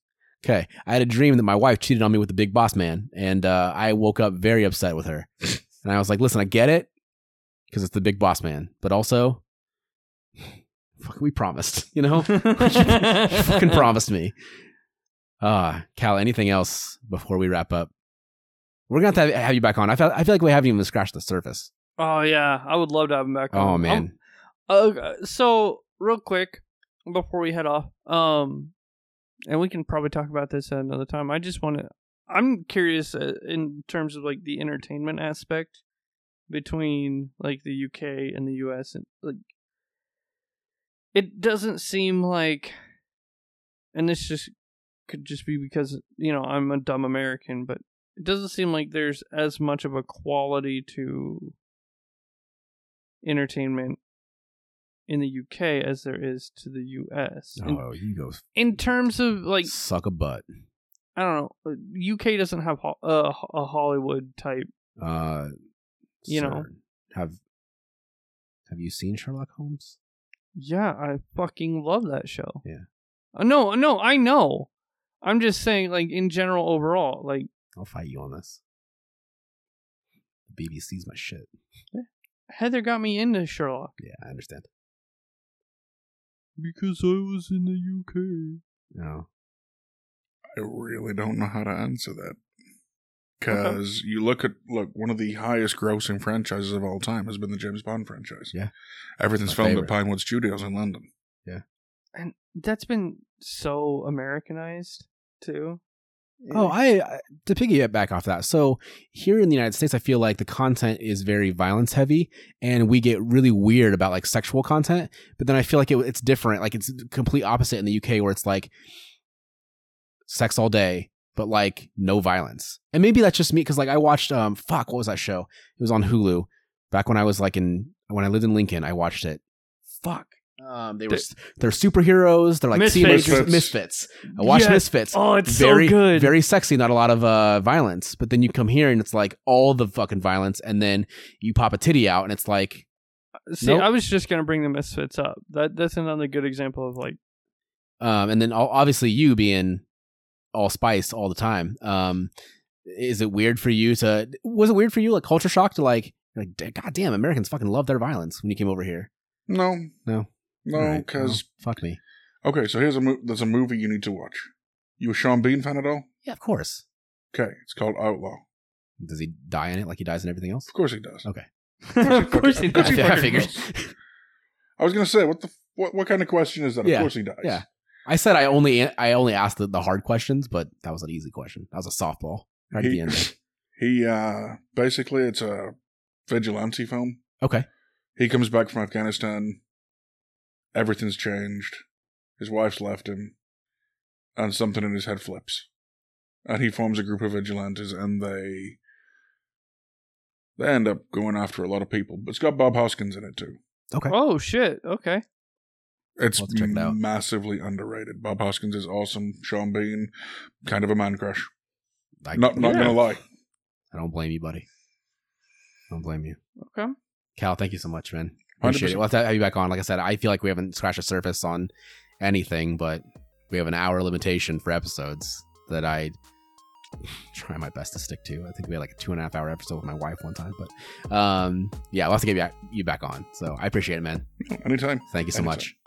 [SPEAKER 1] Okay, I had a dream that my wife cheated on me with the big boss man, and uh, I woke up very upset with her. and I was like, "Listen, I get it because it's the big boss man, but also, fuck, we promised, you know, you fucking promised me." Ah, Cal, anything else before we wrap up? We're gonna have to have you back on. I feel I feel like we haven't even scratched the surface.
[SPEAKER 2] Oh yeah, I would love to have him back. on.
[SPEAKER 1] Oh
[SPEAKER 2] I'm-
[SPEAKER 1] man,
[SPEAKER 2] Uh, so real quick before we head off, um, and we can probably talk about this at another time. I just want to. I'm curious uh, in terms of like the entertainment aspect between like the UK and the US, and like it doesn't seem like, and this just could just be because you know I'm a dumb American, but it doesn't seem like there's as much of a quality to entertainment in the UK as there is to the US. In,
[SPEAKER 1] oh, you go
[SPEAKER 2] in terms of like
[SPEAKER 1] suck a butt.
[SPEAKER 2] I don't know, UK doesn't have ho- uh, ho- a Hollywood type.
[SPEAKER 1] Uh,
[SPEAKER 2] You know.
[SPEAKER 1] have have you seen Sherlock Holmes?
[SPEAKER 2] Yeah, I fucking love that show.
[SPEAKER 1] Yeah.
[SPEAKER 2] Uh, no, no, I know. I'm just saying like in general overall, like
[SPEAKER 1] I'll fight you on this. The BBC's my shit.
[SPEAKER 2] Heather got me into Sherlock
[SPEAKER 1] Yeah, I understand.
[SPEAKER 2] because I was in the UK.
[SPEAKER 1] No,
[SPEAKER 3] I really don't know how to answer that. Because you look at, look, one of the highest grossing franchises of all time has been the James Bond franchise.
[SPEAKER 1] Yeah.
[SPEAKER 3] Everything's
[SPEAKER 1] My
[SPEAKER 3] filmed
[SPEAKER 1] favorite.
[SPEAKER 3] at Pinewood Studios in London.
[SPEAKER 2] And that's been so americanized too.
[SPEAKER 1] Oh, I I- to piggyback back off that. So here in the United States, I feel like the content is very violence heavy, and we get really weird about like sexual content. But then I feel like it, it's different. Like it's complete opposite in the UK, where it's like sex all day, but like no violence. And maybe that's just me because like I watched um fuck what was that show? It was on Hulu back when I was like in when I lived in Lincoln. I watched it. Fuck. Um, they were they're superheroes. They're like
[SPEAKER 2] Misfits.
[SPEAKER 1] teenagers, misfits. I watched
[SPEAKER 2] Yes.
[SPEAKER 1] Misfits
[SPEAKER 2] Oh, it's
[SPEAKER 1] very
[SPEAKER 2] so good.
[SPEAKER 1] very sexy not a lot of uh violence but then you come here and it's like all the fucking violence and then you pop a titty out and it's like
[SPEAKER 2] See,
[SPEAKER 1] Nope.
[SPEAKER 2] I was just gonna bring the Misfits up. That that's another good example of like
[SPEAKER 1] um and then all, obviously you being all spice all the time um is it weird for you to was it weird for you like culture shock to like Like, "Da- God damn, Americans fucking love their violence when you came over here.
[SPEAKER 3] No.
[SPEAKER 1] No. All
[SPEAKER 3] No,
[SPEAKER 1] right,
[SPEAKER 3] because
[SPEAKER 1] well, fuck me.
[SPEAKER 3] okay, so here's a mo- there's a movie you need to watch. You a Sean Bean fan at all?
[SPEAKER 1] Yeah, of course.
[SPEAKER 3] Okay, it's called Outlaw.
[SPEAKER 1] Does he die in it like he dies in everything else?
[SPEAKER 3] Of course he does.
[SPEAKER 1] Okay.
[SPEAKER 2] of course he
[SPEAKER 3] Of course
[SPEAKER 2] does.
[SPEAKER 3] he
[SPEAKER 1] I
[SPEAKER 3] fucking
[SPEAKER 1] figured.
[SPEAKER 3] does. I was gonna say, what the f- what, what kind of question is that?
[SPEAKER 1] Yeah,
[SPEAKER 3] Of course he dies.
[SPEAKER 1] yeah. I said I only I only asked the, the hard questions, but that was an easy question. That was a softball right at the
[SPEAKER 3] He,
[SPEAKER 1] end. there.
[SPEAKER 3] he uh basically it's a vigilante film.
[SPEAKER 1] Okay.
[SPEAKER 3] He comes back from Afghanistan. Everything's changed. His wife's left him, and something in his head flips, and he forms a group of vigilantes, and they they end up going after a lot of people. But it's got Bob Hoskins in it too.
[SPEAKER 1] Okay.
[SPEAKER 2] Oh shit. Okay.
[SPEAKER 3] It's
[SPEAKER 1] We'll have to check it out.
[SPEAKER 3] massively underrated. Bob Hoskins is awesome. Sean Bean, kind of a man crush.
[SPEAKER 1] I,
[SPEAKER 3] Not not
[SPEAKER 2] Yeah.
[SPEAKER 3] gonna lie.
[SPEAKER 1] I don't blame you, buddy. I don't blame you.
[SPEAKER 2] Okay.
[SPEAKER 1] Cal, thank you so much, man.
[SPEAKER 3] 100%.
[SPEAKER 1] Appreciate it. We'll have to have you back on. Like I said, I feel like we haven't scratched the surface on anything, but we have an hour limitation for episodes that I try my best to stick to. I think we had like a two and a half hour episode with my wife one time, but um, yeah, we'll have to get you back- you back on. So I appreciate it, man.
[SPEAKER 3] Anytime.
[SPEAKER 1] Thank you so
[SPEAKER 3] Anytime.
[SPEAKER 1] much.